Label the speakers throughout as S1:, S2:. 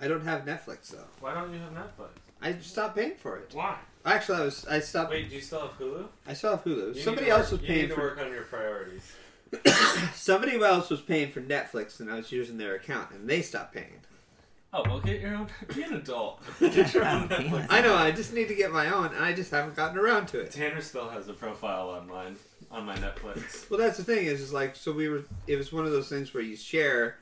S1: I don't have Netflix though.
S2: Why don't you have Netflix?
S1: I stopped paying for it.
S2: Why?
S1: Actually, I was I stopped.
S2: Wait, do you still have Hulu?
S1: I still have Hulu.
S2: You
S1: somebody
S2: need to
S1: else
S2: work-
S1: was
S2: you
S1: paying
S2: need to
S1: for
S2: work on your priorities.
S1: somebody else was paying for Netflix, and I was using their account, and they stopped paying.
S2: Oh, well, get your own. Be an adult. Get your own Netflix.
S1: I know. I just need to get my own, and I just haven't gotten around to it.
S2: Tanner still has a profile on mine, on my Netflix.
S1: Well, that's the thing is, is like so we were. It was one of those things where you share.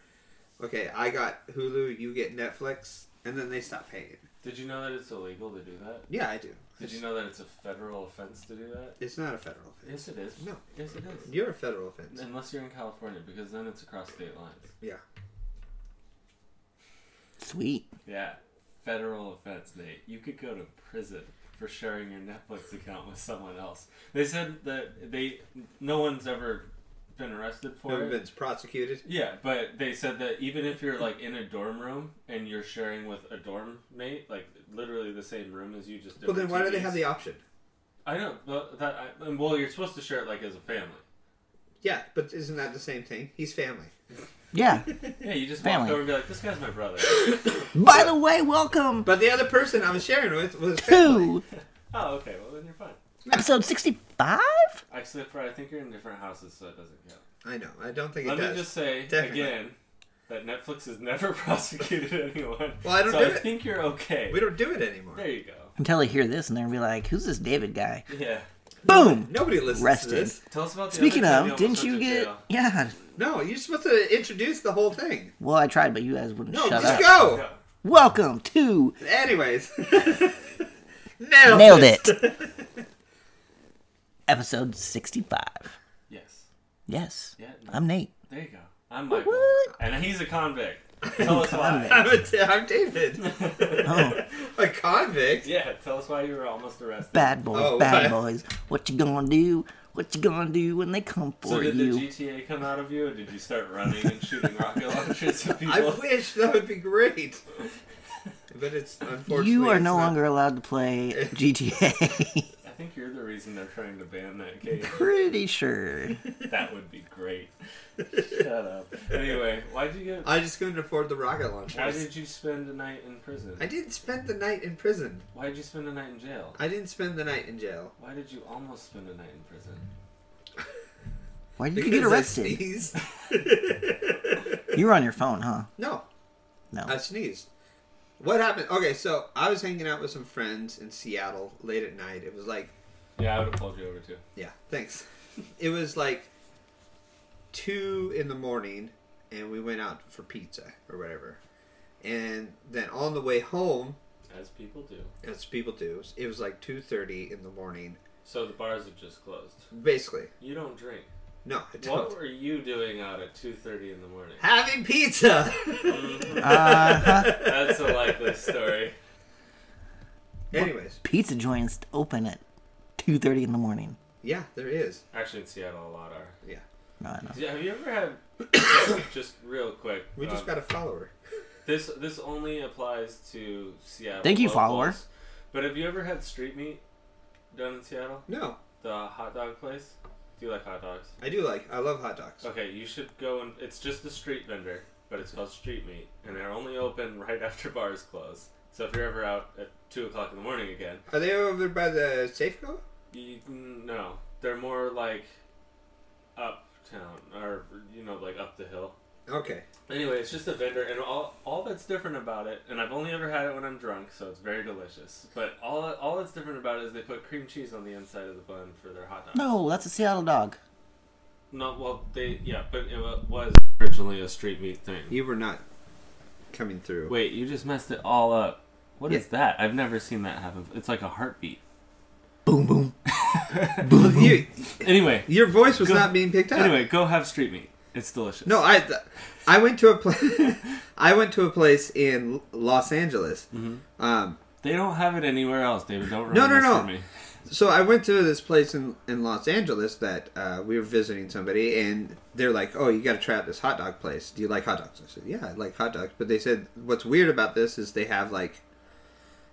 S1: Okay, I got Hulu, you get Netflix, and then they stop paying.
S2: Did you know that it's illegal to do that?
S1: Yeah, I do.
S2: Did you know that it's a federal offense to do that?
S1: It's not a federal offense.
S2: Yes, it is.
S1: No.
S2: Yes, it is.
S1: You're a federal offense.
S2: Unless you're in California, because then it's across state lines.
S3: Sweet.
S2: Yeah. Federal offense, Nate. You could go to prison for sharing your Netflix account with someone else. They said that they no one's ever been arrested for
S1: No
S2: it.
S1: one's prosecuted.
S2: Yeah, but they said that even if you're like in a dorm room and you're sharing with a dorm mate, like literally the same room as you, just
S1: Well, then
S2: different
S1: why do they
S2: TVs.
S1: have the option?
S2: I know but that. I, and, well, you're supposed to share it like as a family.
S1: Yeah, but isn't that the same thing? He's family.
S3: Yeah.
S2: Yeah, you just walk
S3: Family.
S2: over and be like, "This guy's my brother."
S3: By the way, welcome
S1: But the other person I was sharing with was family.
S3: to
S2: oh, okay. Well, then you're fine.
S3: episode 65?
S2: Actually, for I think you're in different houses, so it doesn't count.
S1: I know. I don't think it
S2: Let
S1: does.
S2: me just say
S1: Definitely.
S2: again that Netflix has never prosecuted anyone.
S1: Well, I don't
S2: so
S1: do
S2: I
S1: it.
S2: think you're okay.
S1: We don't do it anymore.
S2: There you go.
S3: Until they hear this and they're going to be like, who's this David guy?
S2: Yeah.
S3: Boom!
S1: Nobody listens
S3: Rested.
S1: to this.
S2: Tell us about the
S3: Speaking
S2: other time almost
S3: of, didn't
S2: went
S3: you
S2: to
S3: get.
S2: jail.
S3: Yeah.
S1: No, you're supposed to introduce the whole thing.
S3: Well, I tried, but you guys wouldn't
S1: No,
S3: shut
S1: just
S3: up.
S1: go.
S2: Yeah.
S3: Welcome to.
S1: Anyways, nailed,
S3: Nailed Episode 65.
S2: Yes.
S3: Yes.
S2: Yeah. no.
S3: I'm Nate.
S2: There you go. I'm Michael,
S3: Woo-woo.
S2: and he's a convict. Tell us why.
S1: I'm, a t- I'm David,
S3: Oh,
S1: a convict.
S2: yeah. Tell us why you were almost arrested.
S3: bad boys,
S1: Oh,
S3: bad
S1: right.
S3: boys. What you gonna do? What you gonna do when they come for
S2: So did
S3: you?
S2: the GTA come out of you, or did you start running and shooting rocket launchers at people?
S1: I wish that would be great, but it's unfortunately
S3: You are
S1: it's
S3: no
S1: not-
S3: longer allowed to play GTA.
S2: I think you're the reason they're trying to ban that game.
S3: Pretty sure.
S2: that would be great. Shut up. Anyway, why did you get?
S1: I just couldn't afford the rocket
S2: Why
S1: launchers.
S2: did you spend a night in prison?
S1: I didn't spend the night in prison.
S2: Why did you spend a night in jail?
S1: I didn't spend the night in jail.
S2: Why did you almost spend a night in prison?
S3: Why did you
S1: Because
S3: get
S1: I
S3: arrested?
S1: sneezed.
S3: You were on your phone, huh?
S1: no,
S3: No.
S1: I sneezed. What happened? Okay, so I was hanging out with some friends in Seattle late at night. It was like
S2: Yeah, I would have pulled you over too.
S1: Yeah, thanks. It was like two in the morning, and we went out for pizza or whatever. And then on the way home,
S2: As people do.
S1: as people do, it was like two thirty in the morning.
S2: So the bars are just closed.
S1: Basically,
S2: You don't drink.
S1: no, I don't.
S2: What were you doing out at two thirty in the morning?
S1: Having pizza.
S3: Uh-huh.
S2: That's a likely story.
S1: Anyways,
S3: Pizza joints open at 2.30 in the morning.
S1: yeah, there is.
S2: Actually, in Seattle, a lot are.
S1: Yeah,
S3: No, I know.
S2: Yeah, Have you ever had? just real quick.
S1: we just
S2: um,
S1: got a follower.
S2: This this only applies to Seattle.
S3: Thank you,
S2: locals.
S3: follower.
S2: But have you ever had street meat done in Seattle?
S1: No,
S2: The hot dog place? Do you like hot dogs?
S1: I do like. I love hot dogs.
S2: Okay, you should go and it's just a street vendor, but it's called street meat, and they're only open right after bars close. So if you're ever out at two o'clock in the morning again,
S1: Are they over by the Safeco?
S2: you no, they're more like uptown or you know like up the hill.
S1: Okay.
S2: Anyway, it's just a vendor, and all all that's different about it, and I've only ever had it when I'm drunk, so it's very delicious. But all all that's different about it is they put cream cheese on the inside of the bun for their hot dog.
S3: No, that's a Seattle dog.
S2: No, well they yeah, but it wa- was originally a street meat thing.
S1: You were not coming through.
S2: Wait, you just messed it all up. What is
S1: Yeah.
S2: that? I've never seen that happen. It's like a heartbeat.
S3: Boom, boom.
S1: You,
S2: Anyway,
S1: your voice was
S2: Go-
S1: not being picked up.
S2: anyway, go have street meat. It's delicious.
S1: No, I, I went to a place. I went to a place in Los Angeles.
S2: Mm-hmm.
S1: Um,
S2: they don't have it anywhere else, David. Don't ruin
S1: No, no,
S2: this
S1: no.
S2: for me.
S1: so I went to this place in in Los Angeles that uh, we were visiting somebody, and they're like, "Oh, you got to try out this hot dog place. Do you like hot dogs?" I said, "Yeah, I like hot dogs." But they said, "What's weird about this is they have like,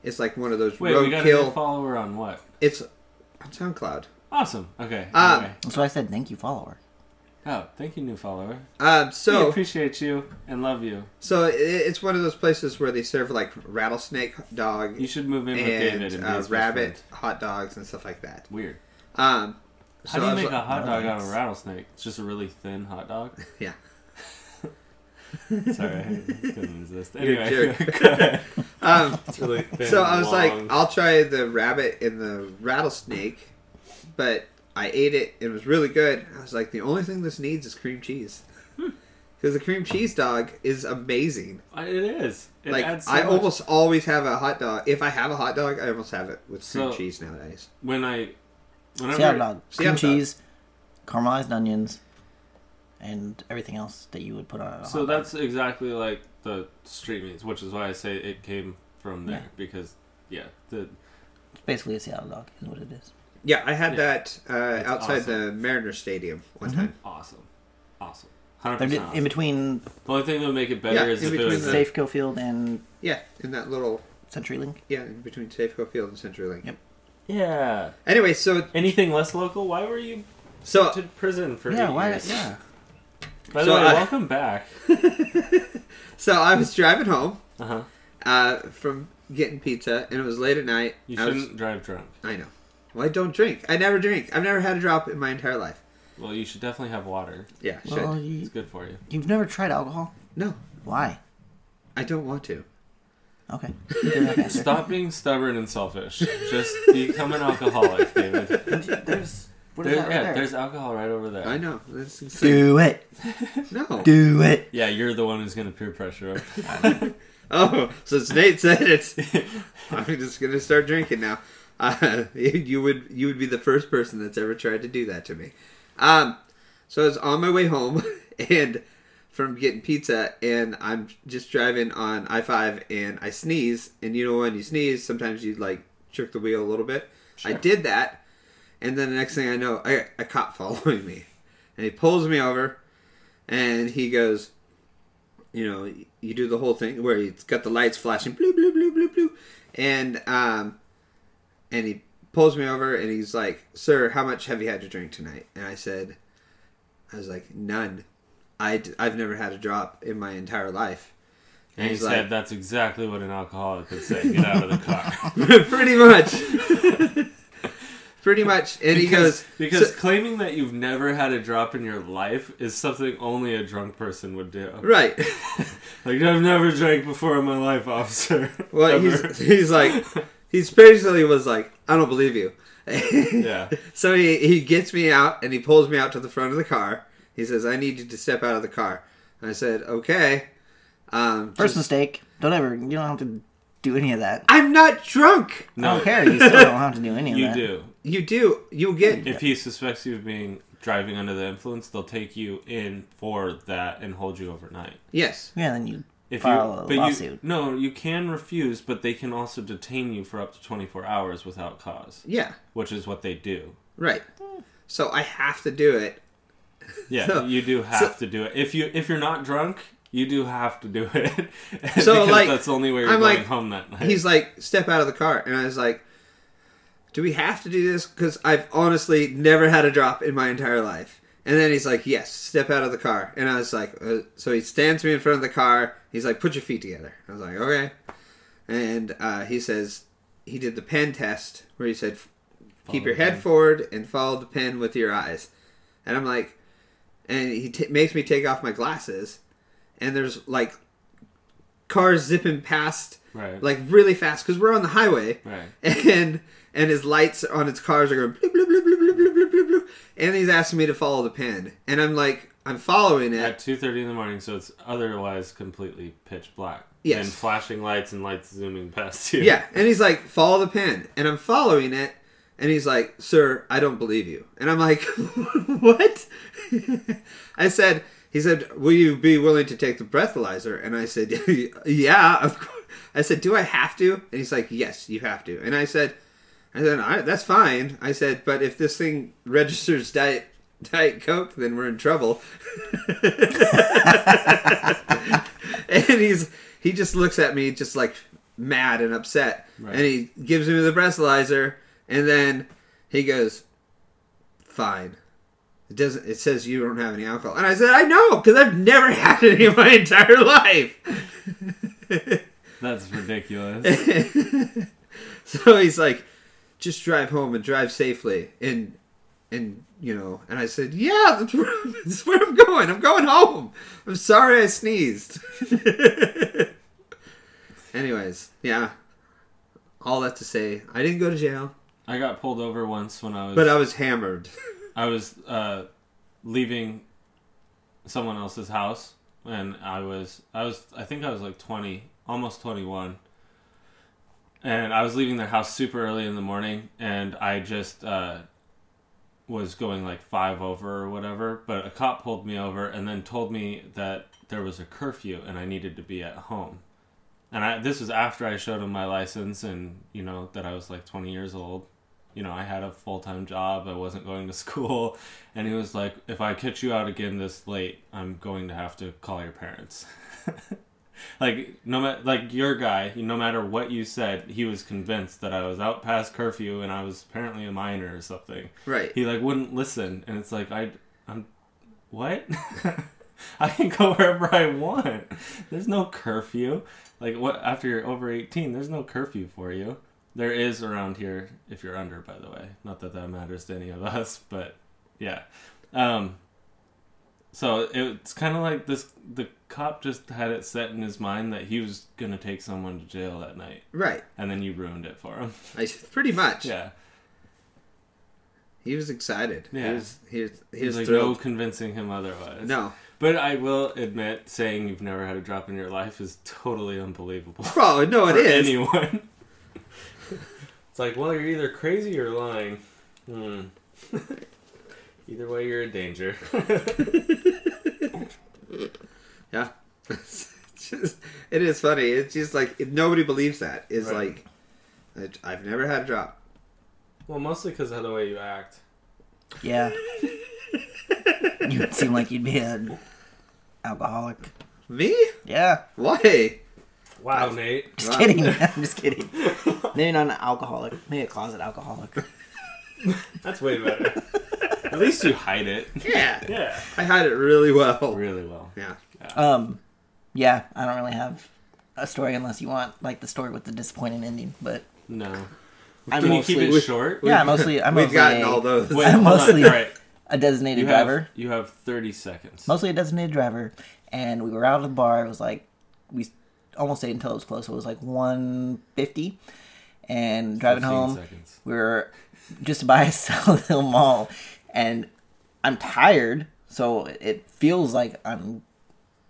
S1: it's like one of those
S2: Wait, we got a new
S1: roadkill.
S2: follower on what?
S1: it's on SoundCloud.
S2: Awesome. Okay.
S1: Um,
S2: anyway.
S3: That's why I said thank you, follower.
S2: Oh, thank you, new follower.
S1: Um,
S2: we
S1: so
S2: appreciate you and love you.
S1: so it, it's one of those places where they serve like rattlesnake dog
S2: You should move in with David
S1: and
S2: and be
S1: uh,
S2: his best
S1: rabbit
S2: friend.
S1: hot dogs and stuff like that.
S2: Weird.
S1: Um,
S2: How
S1: so
S2: do
S1: I
S2: you
S1: was
S2: make
S1: like-
S2: a hot dog out of a
S4: Nice.
S2: rattlesnake? It's just a really thin hot dog.
S1: yeah.
S2: Sorry, I couldn't resist.
S1: You're a
S2: Anyway,
S1: jerk.
S2: go ahead.
S1: Um,
S4: It's really thin
S1: so I was
S4: long.
S1: like, I'll try the rabbit and the rattlesnake, but I ate it. It was really good. I was like, the only thing this needs is cream cheese,
S2: Hmm.
S1: because the cream cheese dog is amazing.
S2: it is. It
S1: like
S2: adds so
S1: I
S2: much.
S1: almost always have a hot dog. If I have a hot dog, I almost have it with cream
S2: So-
S1: cheese nowadays.
S2: when I whenever
S3: Seattle dog,
S1: Seattle
S3: cream
S1: dog.
S3: cheese, caramelized onions, and everything else that you would put on it.
S2: So that's exactly like the street meats, which is why I say it came from there
S3: Yeah.
S2: because yeah, the
S3: It's basically a Seattle dog, is what it is.
S1: Yeah, I had
S2: Yeah.
S1: that uh, outside
S2: awesome. Mm-hmm.
S1: the Mariner Stadium one
S3: Mhm.
S1: time.
S2: awesome, awesome, hundred
S3: They're
S2: percent.
S3: just in
S2: Awesome.
S3: between
S2: The only thing that would make it better
S1: Yeah,
S2: is
S1: in
S2: if it
S1: between
S2: was
S1: the-
S2: a,
S3: Safeco Field and
S1: Yeah, in that little
S3: CenturyLink.
S1: yeah in between Safeco Field and CenturyLink.
S3: Yep.
S2: yeah.
S1: Anyway, so
S2: Anything less local? Why were you
S1: so
S2: to prison for
S3: Yeah,
S2: eight
S3: why?
S2: years?
S3: Yeah,
S2: By
S1: So
S2: the way,
S1: I-
S2: welcome back.
S1: so I was driving home
S2: Uh huh.
S1: uh, from getting pizza, and it was late at night.
S2: You
S1: I was-
S2: shouldn't drive drunk.
S1: I know. Well, I don't drink. I never drink. I've never had a drop in my entire life.
S2: Well, you should definitely have water.
S1: Yeah, should.
S3: well,
S2: It's
S3: you,
S2: good for you.
S3: you've never tried alcohol.
S1: no,
S3: Why?
S1: I don't want to.
S3: Okay. You didn't have an answer.
S2: Stop being stubborn and selfish. Just become an alcoholic, David.
S3: There's what is
S2: There-
S3: that
S2: yeah,
S3: right there?
S2: there's alcohol right over there.
S1: I know. That's insane.
S3: Do it.
S1: No.
S3: Do it.
S2: Yeah, you're the one who's gonna peer pressure him.
S1: Oh, since Nate said it, I'm just gonna start drinking now. Uh, you would you would be the first person that's ever tried to do that to me. Um, so I was on my way home and from getting pizza, and I'm just driving on I five, and I sneeze, and you know when you sneeze, sometimes you like jerk the wheel a little bit. I did that, and then the next thing I know, I got a cop following me, and he pulls me over, and he goes, you know, you do the whole thing where it's got the lights flashing, blue, blue, blue, blue, blue, and um, and he pulls me over and he's like, "Sir, how much have you had to drink tonight?" And I said, "I was like, none. I d- I've never had a drop in my entire life."
S2: And he
S1: He's
S2: said,
S1: like-
S2: "That's exactly what an alcoholic would say. Get out of the car."
S1: Pretty much. Pretty much, and he goes
S2: because
S1: "So-
S2: claiming that you've never had a drop in your life is something only a drunk person would do.
S1: right.
S2: Like I've never drank before in my life, officer.
S1: Well,
S2: Ever.
S1: he's he's like he's basically was like, I don't believe you.
S2: yeah,
S1: So he, he gets me out and he pulls me out to the front of the car. He says, I need you to step out of the car. And I said, Okay. Um,
S3: First
S1: just-
S3: mistake. Don't ever. You don't have to do any of that.
S1: I'm not drunk.
S3: I
S2: no,
S3: don't care. You still don't have to do any of
S2: you
S3: that.
S2: do.
S1: You do. You get.
S2: If he suspects you of being driving under the influence, they'll take you in for that and hold you overnight.
S1: Yes.
S3: Yeah, then you
S2: If you,
S3: file a
S2: but You,
S3: lawsuit.
S2: no, you can refuse, but they can also detain you for up to 24 hours without cause,
S1: Yeah.
S2: which is what they do.
S1: Right.
S2: Hmm.
S1: So I have to do it.
S2: Yeah,
S1: So-
S2: you do have to do it. If you if you're not drunk, you do have to do it.
S1: So,
S2: because
S1: like,
S2: that's the only way you're
S1: I'm
S2: going
S1: like-
S2: home that night.
S1: He's like, Step out of the car. And I was like, Do we have to do this? Because I've honestly never had a drop in my entire life. And then he's like, Yes, step out of the car. And I was like, uh, So he stands me in front of the car. He's like, Put your feet together. I was like, Okay. and uh, he says he did the pen test where he said keep
S2: Follow
S1: your
S2: the
S1: head
S2: pen.
S1: forward and follow the pen with your eyes and i'm like and he t- makes me take off my glasses and there's like cars zipping past
S2: right,
S1: like really fast because we're on the highway
S2: right.
S1: and and his lights on his cars are going bloop, bloop, bloop, bloop, bloop, bloop, bloop, bloop, bloop. and he's asking me to follow the pen and i'm like i'm following
S2: At
S1: it
S2: two thirty in the morning, so it's otherwise completely pitch black.
S1: Yes.
S2: and flashing lights and lights zooming past you.
S1: Yeah, and he's like, follow the pen, and I'm following it, and he's like, sir, I don't believe you, and I'm like, what? I said, he said, will you be willing to take the breathalyzer? And I said, yeah, of course. I said, do I have to? And he's like, yes, you have to. And I said, I said, all right, that's fine. I said, but if this thing registers diet diet coke, then we're in trouble. and he's he just looks at me just like mad and upset
S2: Right.
S1: and he gives me the breathalyzer and then he goes fine It doesn't. It says you don't have any alcohol, and I said, I know because I've never had any in my entire life.
S2: That's ridiculous.
S1: so he's like, just drive home and drive safely, and and you know, and I said, yeah, that's where, that's where I'm going. I'm going home. I'm sorry I sneezed. Anyways, yeah, all that to say, I didn't go to jail,
S2: I got pulled over once when I was
S1: but I was hammered.
S2: I was uh, leaving someone else's house, and I was I was I think I was like twenty, almost twenty one, and I was leaving their house super early in the morning, and I just uh, was going like five over or whatever. But a cop pulled me over and then told me that there was a curfew and I needed to be at home. And I, this was after I showed him my license and you know that I was like twenty years old you know, I had a full time job, I wasn't going to school. And he was like, if I catch you out again this late, I'm going to have to call your parents. like, no matter, like your guy, no matter what you said, he was convinced that I was out past curfew and I was apparently a minor or something.
S1: Right.
S2: He like wouldn't listen. And it's like, I, I'm, what? I can go wherever I want. There's no curfew. Like, what, after you're over 18, there's no curfew for you. There is around here if you're under, by the way. Not that that matters to any of us, but yeah. Um, so it's kind of like this. The cop just had it set in his mind that he was gonna take someone to jail that night,
S1: Right.
S2: and then you ruined it for him.
S1: I, pretty much.
S2: yeah,
S1: He was excited.
S2: Yeah.
S1: He was, he was, he was
S2: there's like no
S1: thrilled.
S2: convincing him otherwise.
S1: No.
S2: but I will admit, saying you've never had a drop in your life is totally unbelievable.
S1: Bro, no, it
S2: for
S1: is.
S2: anyone. it's like, well, you're either crazy or lying. Hmm. either way, you're a danger.
S1: Yeah. It's just, it is funny. It's just like if nobody believes that. It's
S2: Right.
S1: like I- I've never had a drop.
S2: well, mostly because of the way you act.
S3: Yeah. you would seem like you'd be an alcoholic.
S1: Me?
S3: Yeah.
S1: Why?
S2: Wow, Nate.
S3: Just
S1: Wow.
S3: kidding. I'm just kidding. Maybe not an alcoholic. Maybe a closet alcoholic.
S2: That's way better. At least you hide it.
S1: Yeah.
S2: Yeah.
S1: I hide it really well.
S2: Really well.
S1: Yeah.
S3: Um, yeah, I don't really have a story unless you want like the story with the disappointing ending. But
S2: No. Can
S3: I'm
S2: you
S3: mostly
S2: keep it short?
S3: yeah, mostly I'm
S1: We've
S3: mostly
S1: gotten
S3: a,
S1: all those.
S2: Wait,
S3: I'm
S2: hold
S3: mostly-
S2: on. All right.
S3: a designated
S2: You
S3: driver.
S2: have, you have 30 seconds.
S3: mostly a designated driver, and we were out of the bar. It was like we almost ate until it was close. So it was like one fifty, and driving
S2: 15
S3: home,
S2: seconds.
S3: we were just by South Hill Mall, and I'm tired, so it feels like I'm.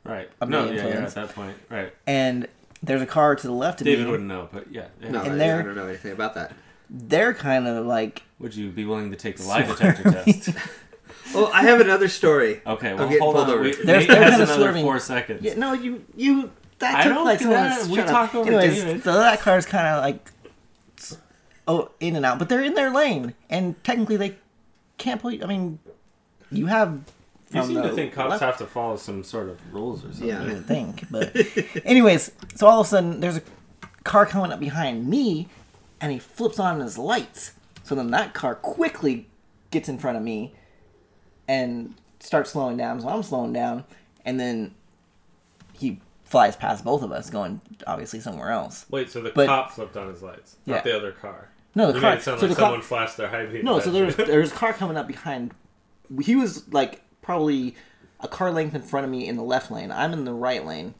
S2: Right.
S3: I'm
S2: no,
S3: being
S2: yeah, you're at
S3: influenced.
S2: that point. Right.
S3: And there's a car to the left of
S2: David
S3: me.
S2: wouldn't know, but yeah. yeah.
S1: No, I,
S3: And there-
S1: I don't know anything about that.
S3: They're kind of like
S2: Would you be willing to take the lie detector test?
S1: Oh, I have another story.
S2: Okay,
S1: I'm
S2: well,
S1: getting
S2: hold
S1: pulled
S2: on.
S1: over.
S2: We,
S3: They're-
S2: Nate
S3: they're
S2: has
S3: kinda
S2: another
S3: swerving.
S2: four seconds.
S3: Yeah, no, you you that
S2: I
S3: took
S2: don't
S3: like
S2: do
S3: someone
S2: that.
S3: s-
S2: We
S3: shut up.
S2: talk over
S3: Anyways,
S2: David.
S3: so that car's kind of like s- oh in and out, but they're in their lane, and technically they can't pull. you- I mean, you have.
S2: You
S3: from
S2: seem
S3: the
S2: to think cops
S3: left-
S2: have to follow some sort of rules or something.
S3: I
S1: Yeah.
S3: would think, but anyways, so all of a sudden there's a car coming up behind me, and he flips on his lights. So then that car quickly gets in front of me, and starts slowing down. So I'm slowing down, and then he flies past both of us, going obviously somewhere else.
S2: Wait, so the
S3: But-
S2: cop flipped on his lights,
S3: Yeah.
S2: not the other car.
S3: No, the
S2: you
S3: car-
S2: made it sound
S3: so
S2: like
S3: the cop-
S2: someone flashed their high beam.
S3: No, so there's there's a car coming up behind. He was like probably a car length in front of me in the left lane. I'm in the right lane.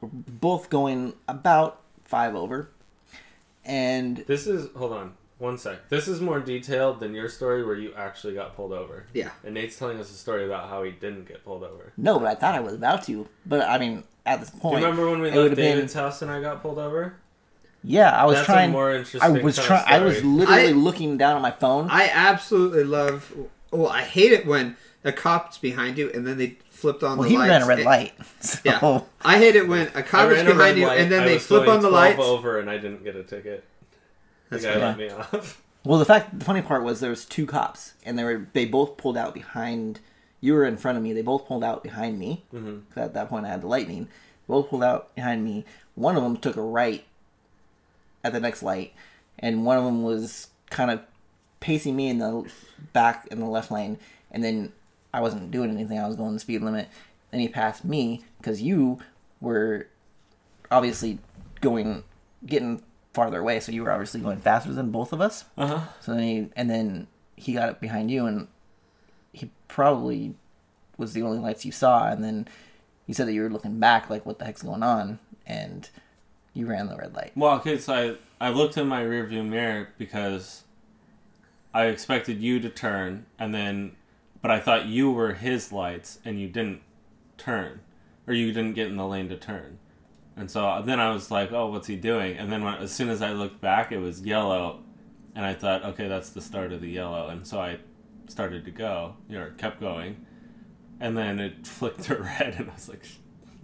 S3: We're both going about five over, and
S2: This is hold on one sec. This is more detailed than your story where you actually got pulled over.
S1: Yeah.
S2: And Nate's telling us a story about how he didn't get pulled over.
S3: no, but I thought I was about to. But I mean, at this
S2: Do you
S3: point,
S2: remember when we
S3: it
S2: left
S3: would've been-
S2: David's house and I got pulled over?
S3: yeah, I was
S2: That's
S3: trying.
S2: a more
S3: I
S2: interesting.
S3: was
S2: kind
S3: trying.
S2: Of
S3: I was
S2: story.
S3: literally
S1: I-
S3: looking down at my phone.
S1: I absolutely love. Well, I hate it when a cop's behind you and then they flipped on
S3: well,
S1: the
S3: he
S1: lights.
S3: ran a red
S1: and-
S3: light. So
S1: Yeah. I hate it when a cop is
S2: ran a red
S1: behind you
S2: light,
S1: and then
S2: I
S1: they
S2: was
S1: flip
S2: going
S1: on the
S2: 12
S1: lights.
S2: over and I didn't get a ticket. The guy
S3: right.
S2: let me off.
S3: Well, the fact, the funny part was there was two cops, and they were they both pulled out behind. You were in front of me. They both pulled out behind me. mm At that point, I had the lightning. Both pulled out behind me. One of them took a right at the next light, and one of them was kind of pacing me in the back in the left lane, and then I wasn't doing anything. I was going the speed limit. Then he passed me because you were obviously going, getting farther away. So you were obviously going faster than both of us.
S2: Uh huh.
S3: So then he, and then he got up behind you, and he probably was the only lights you saw. And then you said that you were looking back, like, what the heck's going on? And you ran the red light.
S2: Well, kids, I I looked in my rearview mirror because I expected you to turn, and then, but I thought you were his lights, and you didn't turn, or you didn't get in the lane to turn, and so uh, then I was like, oh, what's he doing? And then when, as soon as I looked back, it was yellow, and I thought, okay, that's the start of the yellow, and so I started to go, or kept going, and then it flicked to red, and I was like.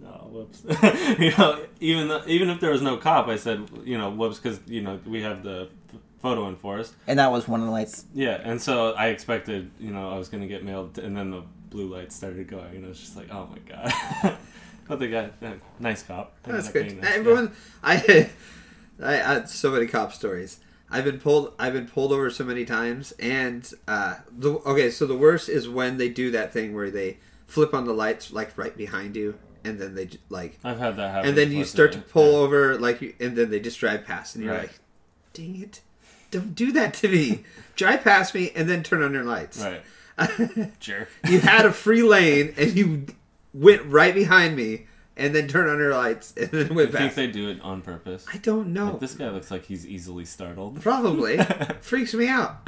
S2: Oh, whoops! you know, even though, even if there was no cop, I said, you know, whoops, because you know we have the f- photo enforced.
S3: And that was one of the lights.
S2: Yeah, and so I expected, you know, I was gonna get mailed, and then the blue light started going, and I was just like, oh my god. but they got uh, nice cop. They
S1: That's
S2: ended up
S1: good.
S2: being nice.
S1: Everyone, I, I, I had so many cop stories. I've been pulled. I've been pulled over so many times, and uh, the okay. So the worst is when they do that thing where they flip on the lights like right behind you, and then they j- like,
S2: Yeah. I've had that happen.
S1: and then you
S2: before
S1: start to
S2: today.
S1: pull over like, you- and then they just drive past, and you're
S2: Right.
S1: like, "Dang it! Don't do that to me! drive past me, and then turn on your lights."
S2: Right, jerk.
S1: you had a free lane, and you went right behind me, and then turned on your lights, and then went
S2: I think
S1: back.
S2: they do it on purpose.
S1: I don't know.
S2: Like, this guy looks like he's easily startled.
S1: Probably. Freaks me out.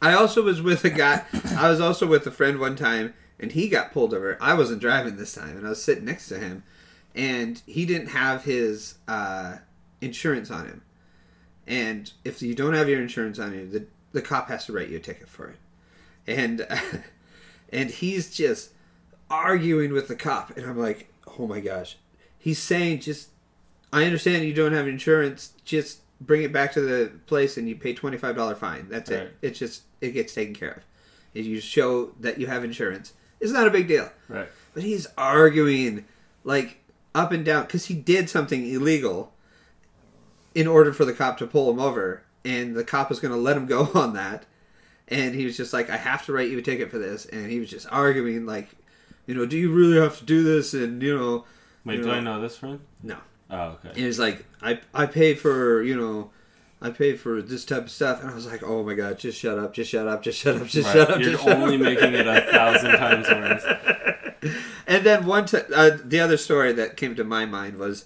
S1: I also was with a guy. I was also with a friend one time, and he got pulled over. I wasn't driving this time, and I was sitting next to him, and he didn't have his uh, insurance on him. And if you don't have your insurance on you, the the cop has to write you a ticket for it. And and he's just arguing with the cop, and I'm like, oh my gosh. He's saying just I understand you don't have insurance. Just bring it back to the place and you pay twenty five dollar fine. That's
S2: Right.
S1: it. It's just it gets taken care of. If you show that you have insurance, it's not a big deal.
S2: Right.
S1: But he's arguing like up and down because he did something illegal in order for the cop to pull him over, and the cop was going to let him go on that. And he was just like, "I have to write you a ticket for this," and he was just arguing like, you know, do you really have to do this? And you know,
S2: Wait,
S1: you
S2: do I know this friend?
S1: No.
S2: Oh, okay.
S1: And it's like, I I pay for you know, I pay for this type of stuff, and I was like, oh my god, just shut up, just shut up, just shut up, just
S2: Right.
S1: shut up.
S2: You're
S1: just shut
S2: only
S1: up.
S2: making it a thousand times worse.
S1: And then one time, uh, the other story that came to my mind was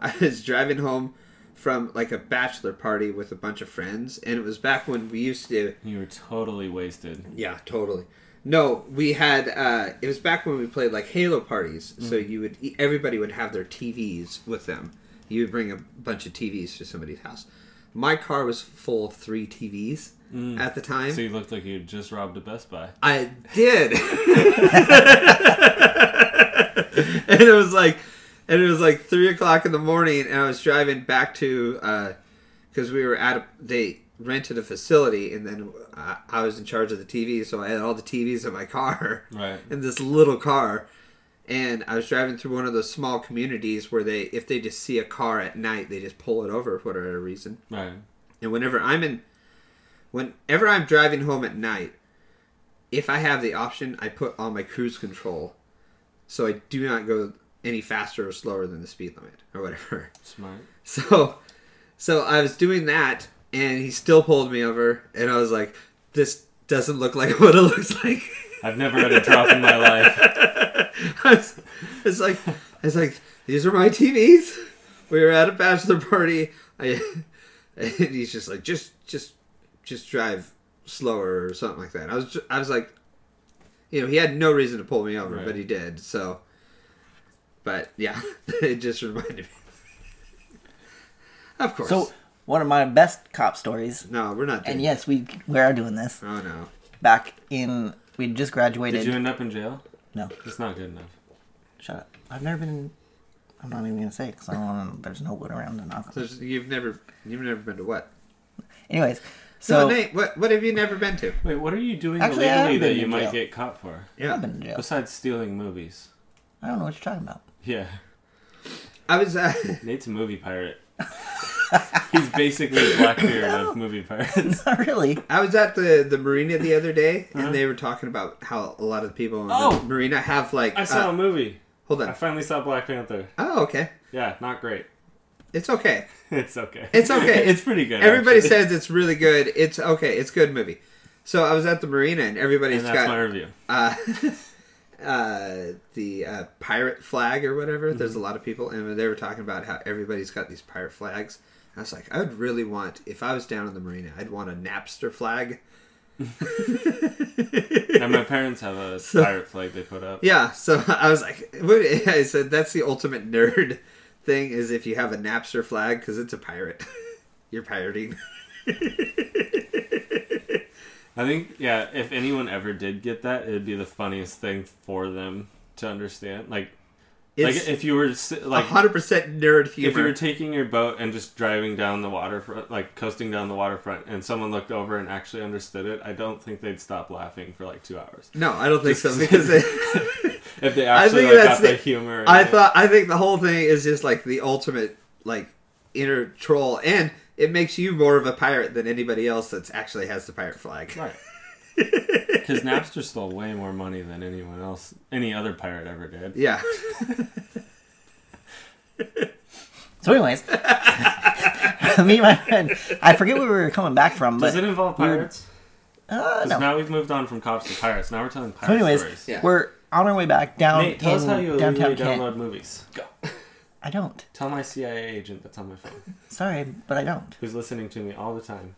S1: I was driving home from like a bachelor party with a bunch of friends, and it was back when we used to.
S2: You were totally wasted.
S1: Yeah, totally. No, we had. Uh, it was back when we played like Halo parties. So you would e, everybody would have their TVs with them. You would bring a bunch of TVs to somebody's house. My car was full of three TVs at the time.
S2: So you looked like you just robbed a Best Buy.
S1: I did. and it was like, and it was like three o'clock in the morning, and I was driving back to, because we were at a, they rented a facility, and then I, I was in charge of the TV, so I had all the TVs in my car,
S2: Right.
S1: in this little car, and I was driving through one of those small communities where they, if they just see a car at night, they just pull it over for whatever reason.
S2: Right.
S1: And whenever I'm in, whenever I'm driving home at night, if I have the option, I put on my cruise control, so I do not go any faster or slower than the speed limit or whatever.
S2: Smart.
S1: So, so I was doing that, and he still pulled me over, and I was like, "This doesn't look like what it looks like."
S2: I've never had a drop in my life.
S1: I was, it's like I was like, these are my TVs. We were at a bachelor party. I, and he's just like, just, just, just drive slower or something like that. I was, ju- I was like, you know, he had no reason to pull me over,
S2: Right.
S1: but he did. So, but yeah, it just reminded me. Of course.
S3: So one of my best cop stories.
S1: no, we're not.
S3: And
S1: doing-
S3: yes, we we are doing this.
S1: Oh no.
S3: Back in we just graduated.
S2: Did you end up in jail?
S3: no,
S2: It's not good enough.
S3: shut up. I've never been. I'm not even gonna say because I don't want. There's no one around to knock. on.
S1: There's, you've never, you've never been to what?
S3: Anyways,
S1: So no,
S3: so
S1: Nate, what, what have you never been to?
S2: Wait, what are you doing
S3: Actually, I
S2: illegally
S3: have been
S2: that you
S3: in
S2: might
S3: jail.
S2: get caught for?
S3: I've
S1: Yeah,
S3: been in jail.
S2: Besides stealing movies.
S3: I don't know what you're talking about.
S2: Yeah.
S1: I was. Uh,
S2: Nate's a movie pirate. He's basically Blackbeard of movie pirates.
S3: Not really.
S1: I was at the, the marina the other day,
S2: Uh-huh.
S1: and they were talking about how a lot of people in
S3: Oh!
S1: the marina have like.
S2: I saw
S1: uh,
S2: a movie.
S1: hold
S2: I
S1: on.
S2: finally saw Black Panther.
S1: Oh, okay.
S2: Yeah, not great.
S1: It's okay.
S2: It's okay.
S1: It's okay.
S2: it's pretty good.
S1: Everybody
S2: actually.
S1: says it's really good. It's okay. It's a good movie. So I was at the marina, and everybody's
S2: and that's my
S1: got
S2: review.
S1: uh, the uh, pirate flag or whatever.
S2: Mm-hmm.
S1: There's a lot of people, and they were talking about how everybody's got these pirate flags. I was like, I would really want if I was down in the marina, I'd want a Napster flag.
S2: And my parents have a pirate flag they put up.
S1: Yeah, so I was like, what- I said that's the ultimate nerd thing is if you have a Napster flag because it's a pirate, you're pirating.
S2: I think yeah, if anyone ever did get that, it'd be the funniest thing for them to understand. Like
S1: It's
S2: like if you were si- like
S1: hundred percent nerd humor.
S2: if you were taking your boat and just driving down the waterfront, like coasting down the waterfront, and someone looked over and actually understood it, I don't think they'd stop laughing for like two hours.
S1: no, I don't think so because it,
S2: If they actually
S1: think
S2: like,
S1: that's
S2: got the,
S1: the-
S2: humor, in
S1: I
S2: it.
S1: thought I think the whole thing is just like the ultimate like inner troll, and it makes you more of a pirate than anybody else that actually has the pirate flag.
S2: right. Because Napster stole way more money than anyone else, any other pirate ever did.
S1: Yeah,
S3: So, anyways, me and my friend, I forget where we were coming back from, but
S2: Does it involve pirates?
S3: uh,
S2: Because
S3: no.
S2: now we've moved on from cops to pirates. Now we're telling pirate
S3: So, anyways,
S2: stories.
S1: Yeah.
S3: we're on our way back down
S2: Nate, tell
S3: in
S2: us how you
S3: downtown
S2: illegally
S3: Kent.
S2: download movies. Go.
S3: I don't.
S2: Tell my CIA agent that's on my phone,
S3: Sorry, but I don't.
S2: who's listening to me all the time.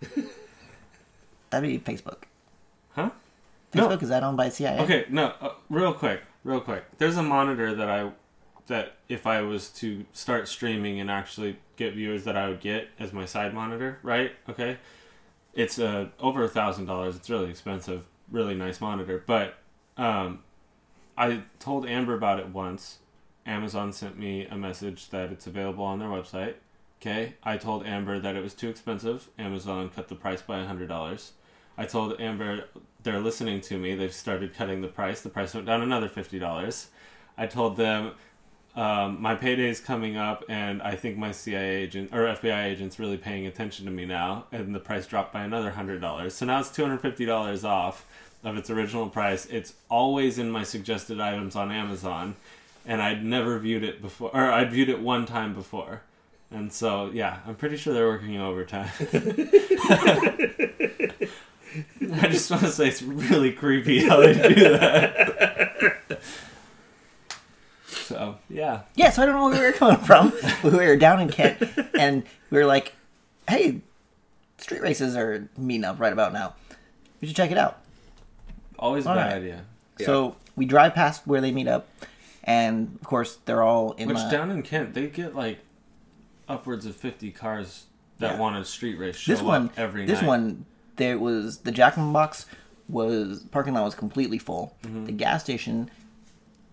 S3: That'd be Facebook.
S2: Huh? No.
S3: Facebook is that owned by CIA?
S2: Okay, no, uh, real quick, real quick. There's a monitor that I that if I was to start streaming and actually get viewers that I would get as my side monitor, right? Okay, it's uh, over a thousand dollars. It's really expensive, really nice monitor. But um, I told Amber about it once. Amazon sent me a message that it's available on their website. Okay, I told Amber that it was too expensive. Amazon cut the price by a hundred dollars. I told Amber they're listening to me. They've started cutting the price. The price went down another fifty dollars. I told them um, my payday is coming up, and I think my CIA agent or FBI agent's really paying attention to me now. And the price dropped by another hundred dollars. So now it's two hundred fifty dollars off of its original price. It's always in my suggested items on Amazon, and I'd never viewed it before, or I'd viewed it one time before. And so, yeah, I'm pretty sure they're working overtime. I just want to say it's really creepy how they do that. so yeah,
S3: Yeah, so I don't know where we were coming from. we were down in Kent, and we were like, "Hey, street races are meeting up right about now. We should check it out."
S2: always a
S3: All
S2: bad
S3: right.
S2: idea.
S3: So we drive past where they meet up, and of course they're all in.
S2: Which
S3: my-
S2: down in Kent they get like upwards of fifty cars that
S3: Yeah.
S2: want a street race show
S3: this one,
S2: up every
S3: this
S2: night.
S3: one, there was the Jack in the Box was parking lot was completely full.
S2: Mm-hmm.
S3: The gas station,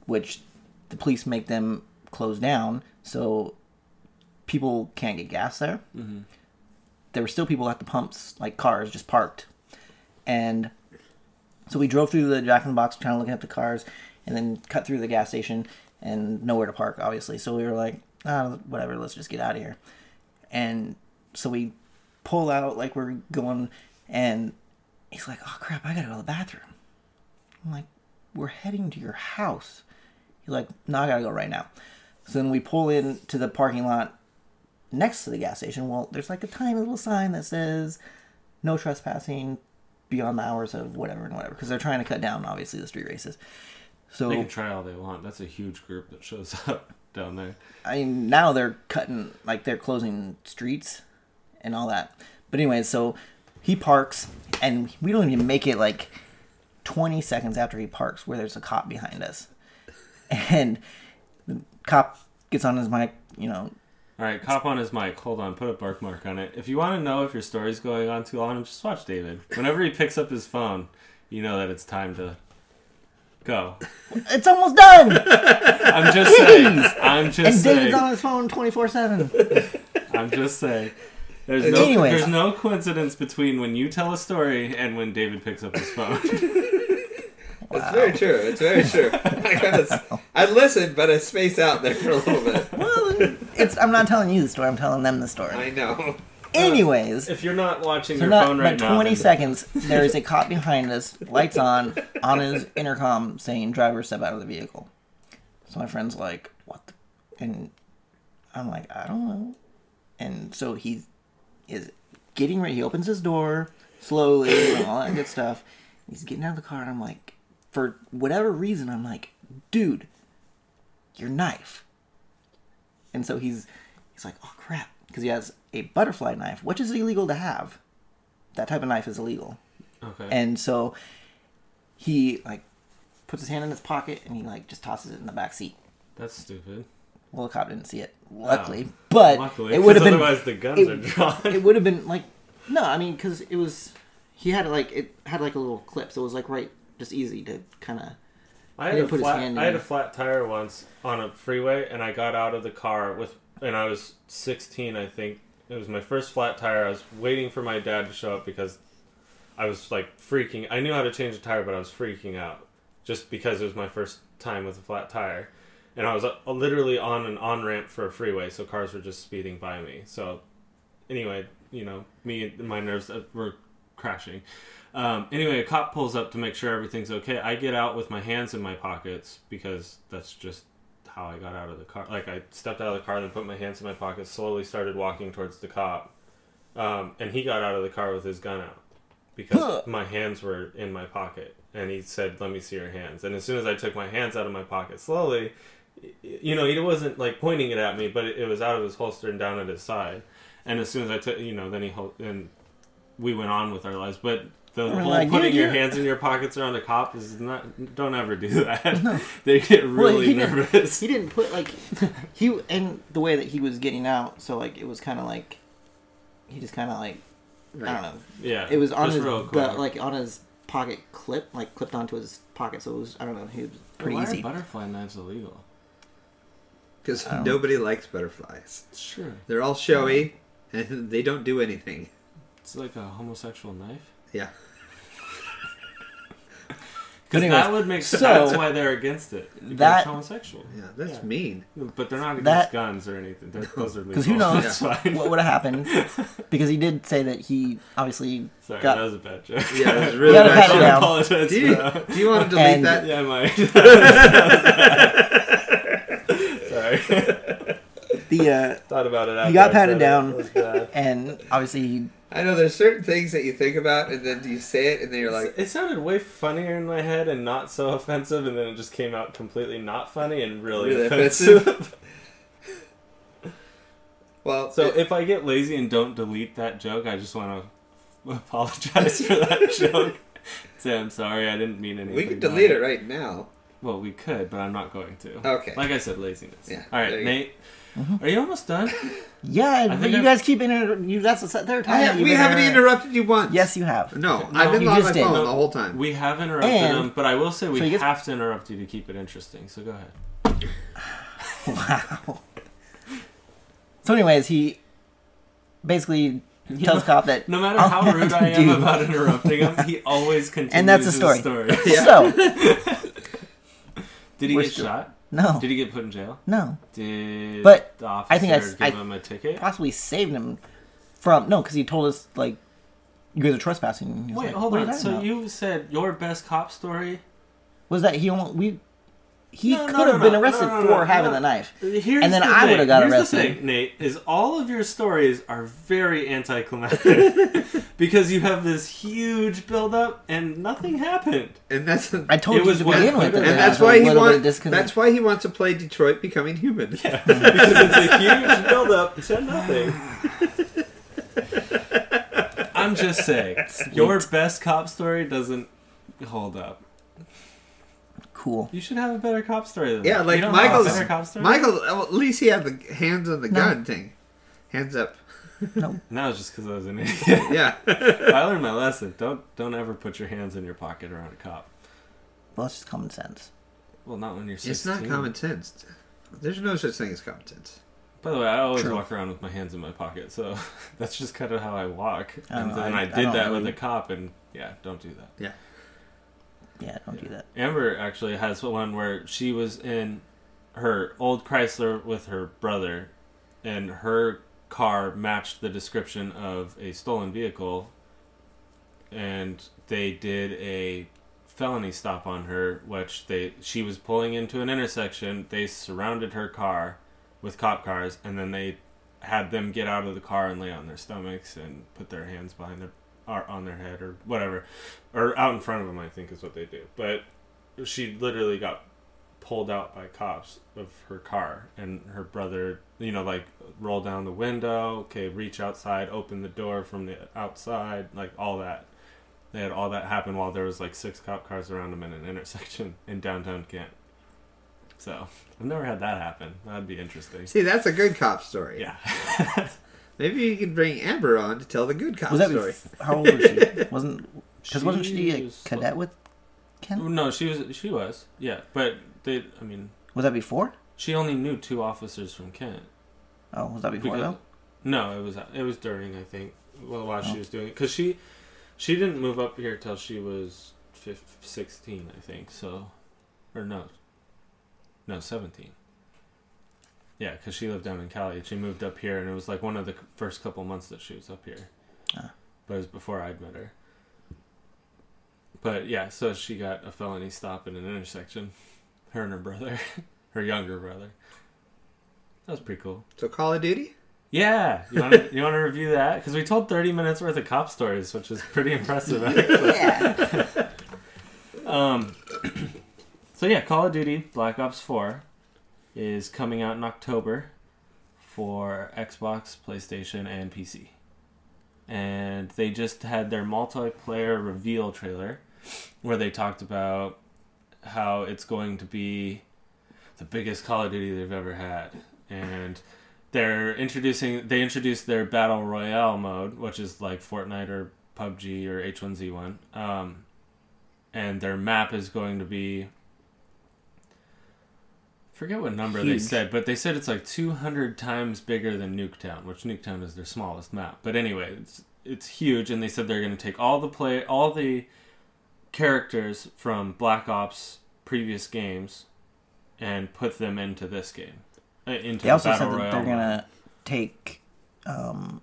S3: which the police make them close down, so people can't get gas there.
S2: Mm-hmm.
S3: There were still people at the pumps, like cars just parked, and so we drove through the Jack in the Box, trying to look at the cars, and then cut through the gas station and nowhere to park, obviously. So we were like, ah, whatever, let's just get out of here. And so we pull out like we're going, and he's like, oh crap, I gotta go to the bathroom. I'm like, we're heading to your house. He's like, no, I gotta go right now. So then we pull in to the parking lot next to the gas station. Well, there's like a tiny little sign that says, no trespassing beyond the hours of whatever and whatever, because they're trying to cut down, obviously, the street races. So
S2: they can try all they want. That's a huge group that shows up down there.
S3: I mean, now they're cutting, like, they're closing streets and all that. But anyway, so he parks, and we don't even make it like 20 seconds after he parks where there's a cop behind us. And the cop gets on his mic, you know,
S2: All right, cop on his mic. Hold on, put a bookmark on it. If you want to know if your story's going on too long, just watch David. Whenever he picks up his phone, you know that it's time to go.
S3: it's almost done!
S2: I'm just saying. I'm just
S3: And
S2: saying.
S3: David's on his phone 24 7.
S2: I'm just saying. There's no,
S3: Anyways.
S2: there's no coincidence between when you tell a story and when David picks up his phone.
S1: it's very true. It's very true. I, listened, but I spaced out there for a little bit.
S3: Well, it's I'm not telling you the story. I'm telling them the story.
S1: I know.
S3: Anyways,
S2: If you're not watching
S3: so
S2: your
S3: not
S2: phone
S3: about
S2: right now,
S3: 20
S2: then-
S3: seconds. There is a cop behind us, lights on, on his intercom saying, "Driver, step out of the vehicle." So my friend's like, "What?" The? And I'm like, "I don't know." And so he is getting ready. He opens his door slowly and all that good stuff. He's getting out of the car, and I'm like, for whatever reason, I'm like, "Dude, your knife." And so he's he's like, "Oh crap," because he has a butterfly knife, which is illegal to have. That type of knife is illegal.
S2: Okay.
S3: And so he like puts his hand in his pocket and he like just tosses it in the back seat.
S2: That's stupid.
S3: Well, the cop didn't see it, luckily. but
S2: Luckily,
S3: it would have
S2: 'cause
S3: been
S2: otherwise the guns
S3: it-
S2: are drawn.
S3: it would have been like no, I mean because it was he had like it had like a little clip, so it was like right just easy to kind of
S2: I had
S3: didn't
S2: a
S3: put his
S2: flat.
S3: hand
S2: I had
S3: in.
S2: a flat tire once on a freeway, and I got out of the car with, and I was 16, I think. It was my first flat tire. I was waiting for my dad to show up because I was like freaking. I knew how to change a tire, but I was freaking out just because it was my first time with a flat tire, and I was uh, literally on an on ramp for a freeway, so cars were just speeding by me. So anyway, you know, me and my nerves uh, were crashing. Um, anyway, a cop pulls up to make sure everything's okay. I get out with my hands in my pockets because that's just how I got out of the car. Like I stepped out of the car, then put my hands in my pockets, slowly started walking towards the cop, um, and he got out of the car with his gun out
S3: Huh.
S2: because my hands were in my pocket. And he said, "Let me see your hands." And as soon as I took my hands out of my pocket, slowly, y- you know, he wasn't like pointing it at me, but it, it was out of his holster and down at his side. And as soon as I took, you know, then he hol- and we went on with our lives. But the
S3: We're
S2: whole
S3: like,
S2: putting
S3: "You-
S2: your
S3: you-"
S2: hands in your pockets around a cop is not. Don't ever do that. they get really
S3: he didn't-
S2: nervous.
S3: he didn't put like he and the way that he was getting out, so like it was kind of like he just kind of like I don't know.
S2: yeah,
S3: It was on
S2: just
S3: his
S2: real
S3: belt,
S2: quick.
S3: like on his pocket clip, like clipped onto his pocket. So it was I don't know. He was pretty
S2: Why are
S3: easy.
S2: butterfly knives illegal?
S1: Because nobody likes butterflies.
S2: Sure,
S1: They're all showy and they don't do anything.
S2: it's like a homosexual knife.
S1: Yeah.
S3: But
S2: Because
S3: anyways,
S2: that would make
S3: so-
S2: sense. That's why they're against it. Because
S3: That-
S2: it's homosexual.
S1: Yeah, that's
S2: Yeah.
S1: mean.
S2: But they're not against
S3: That-
S2: guns or anything. They're, those are legal.
S3: Because who
S2: That's
S3: knows
S2: fine.
S3: what would have happened? Because he did say that he obviously
S2: Sorry,
S3: got
S2: that was a bad joke.
S1: Yeah, that's really
S3: gotta
S1: bad.
S3: pat it
S1: joke.
S3: down.
S2: I apologize.
S1: Do you,
S2: for that.
S1: do you want to delete
S3: And-
S1: that?
S2: Yeah, I might. Sorry.
S3: the uh,
S2: Thought about it. after
S3: got
S2: I
S3: patted
S2: said it.
S3: down.
S2: It was bad.
S3: and obviously he,
S1: I know there's certain things that you think about and then you say it and then you're like,
S2: It sounded way funnier in my head and not so offensive, and then it just came out completely not funny and really,
S1: Really
S2: offensive.
S1: well,
S2: so
S1: it-
S2: if I get lazy and don't delete that joke, I just want to apologize for that joke. Say I'm sorry. I didn't mean anything.
S1: we can
S2: by
S1: delete it right now.
S2: Well, we could, but I'm not going to.
S1: Okay.
S2: Like I said, laziness.
S1: Yeah,
S2: All
S1: there
S2: right,
S1: you
S2: Nate.
S3: Mm-hmm.
S2: Are you almost done?
S3: yeah,
S2: think
S3: but you
S2: I've-
S3: guys keep inter- you. That's the third time.
S1: I
S3: that
S1: have,
S3: you've
S1: we haven't
S3: inter-
S1: interrupted you once.
S3: Yes, you have.
S1: No,
S2: No,
S1: I've been
S3: you
S1: on my
S3: just did.
S1: phone
S2: No,
S1: the whole time.
S2: We have interrupted
S3: And-
S2: him, but I will say we
S3: So he gets-
S2: have to interrupt you to keep it interesting. So go ahead.
S3: Wow. So, anyways, he basically tells cop that
S2: No matter
S3: all
S2: how
S3: I
S2: rude
S3: had
S2: I
S3: to
S2: am
S3: do-
S2: about interrupting him, he always continues.
S3: and that's the
S2: his
S3: story.
S1: Yeah.
S3: So
S2: Did he
S3: We're
S2: get
S3: still-
S2: shot?
S3: no,
S2: Did he get put in jail?
S3: no,
S2: Did
S3: But
S2: the officer
S3: I think
S2: give
S3: I- I-
S2: him a ticket?
S3: possibly saved him from no because he told us like you guys are trespassing. and he was
S2: Wait,
S3: like,
S2: hold
S3: what are
S2: on.
S3: talking
S2: So
S3: about?
S2: you said your best cop story.
S3: was that he almost we he
S2: No, no,
S3: could
S2: no,
S3: have been
S2: no,
S3: arrested
S2: no, no,
S3: for
S2: no,
S3: having
S2: no.
S3: the knife.
S2: Here's
S3: And then
S2: the
S3: I
S2: thing.
S3: would've got
S2: Here's
S3: arrested.
S2: The thing, Nate, is all of your stories are very anticlimactic because you have this huge buildup and nothing happened.
S1: and that's
S3: I told
S2: It
S3: you
S2: was
S3: to
S2: what-
S3: begin with.
S2: and
S3: that
S1: and
S3: there
S1: that's
S3: was a
S1: why he
S3: little bit of
S1: wants.
S3: disconnect.
S1: That's why he wants to play Detroit Becoming Human.
S2: Yeah, because it's a huge buildup to nothing. I'm just saying, your best cop story doesn't hold up.
S3: cool.
S2: You should have a better cop story than
S1: Yeah,
S2: that.
S1: like
S2: You don't have a
S1: Michael's.
S2: better cop story.
S1: Michael, oh, at least he had the hands on the gun thing. Hands up.
S2: And that was just because I was an idiot.
S1: Yeah.
S2: I learned my lesson. Don't don't ever put your hands in your pocket around a cop.
S3: Well, it's just common sense.
S2: Well, not when you're 16.
S1: it's not common sense. There's no such thing as common sense.
S2: By the way, I always
S3: True.
S2: walk around with my hands in my pocket, so that's just kind of how I walk.
S1: Oh,
S3: I don't
S2: and
S3: know,
S2: then
S3: I-
S2: I,
S3: I
S2: did
S3: don't
S2: that
S3: really-
S2: with a cop, and yeah, don't do that.
S1: Yeah.
S3: Yeah, don't do that.
S2: Amber actually has one where she was in her old Chrysler with her brother, and her car matched the description of a stolen vehicle, and they did a felony stop on her, which they she was pulling into an intersection. They surrounded her car with cop cars, and then they had them get out of the car and lay on their stomachs and put their hands behind their or on their head or whatever, or out in front of them. I think is what they do. But she literally got pulled out by cops of her car and her brother you know like roll down the window okay reach outside open the door from the outside like all that they had all that happen while there was like six cop cars around them in an intersection in downtown Kent. So I've never had that happen. That'd be interesting.
S1: See, that's a good cop story.
S2: Yeah.
S1: Maybe you could bring Amber on to tell the good cop
S3: Was that
S1: story.
S3: bef- how old was she? Wasn't because
S2: She
S3: wasn't she a
S2: was-
S3: cadet with Ken?
S2: no, she was. She was. Yeah, but they. I mean,
S3: Was that before?
S2: she only knew two officers from Kent.
S3: Oh, was that before
S2: Because-
S3: though? Oh.
S2: No, it was it was during I think well, while she was doing it because she she didn't move up here till she was fif- sixteen, I think. So, or no, no seventeen. Yeah, because she lived down in Cali. She moved up here, and it was like one of the c- first couple months that she was up here.
S3: Ah.
S2: But it was before I'd met her. But yeah, so she got a felony stop in an intersection. Her and her brother, her younger brother. That was pretty cool.
S1: So Call of Duty?
S2: Yeah, you want to you want to review that because we told thirty minutes worth of cop stories, which is pretty impressive. actually.
S3: Yeah.
S2: um, so yeah, Call of Duty Black Ops Four is coming out in October for Xbox, PlayStation, and PC, and they just had their multiplayer reveal trailer where they talked about how it's going to be the biggest Call of Duty they've ever had, and they're introducing they introduced their battle royale mode, which is like Fortnite or PUBG or H1Z1, um, and their map is going to be. Forget what number they
S3: Huge.
S2: said, but they said it's like 200 times bigger than Nuketown, which Nuketown is their smallest map. But anyway, it's, it's huge, and they said they're going to take all the play, all the characters from Black Ops previous games and put them into this game. Uh, into
S3: They also
S2: Battle
S3: said that
S2: Royale.
S3: they're gonna take um,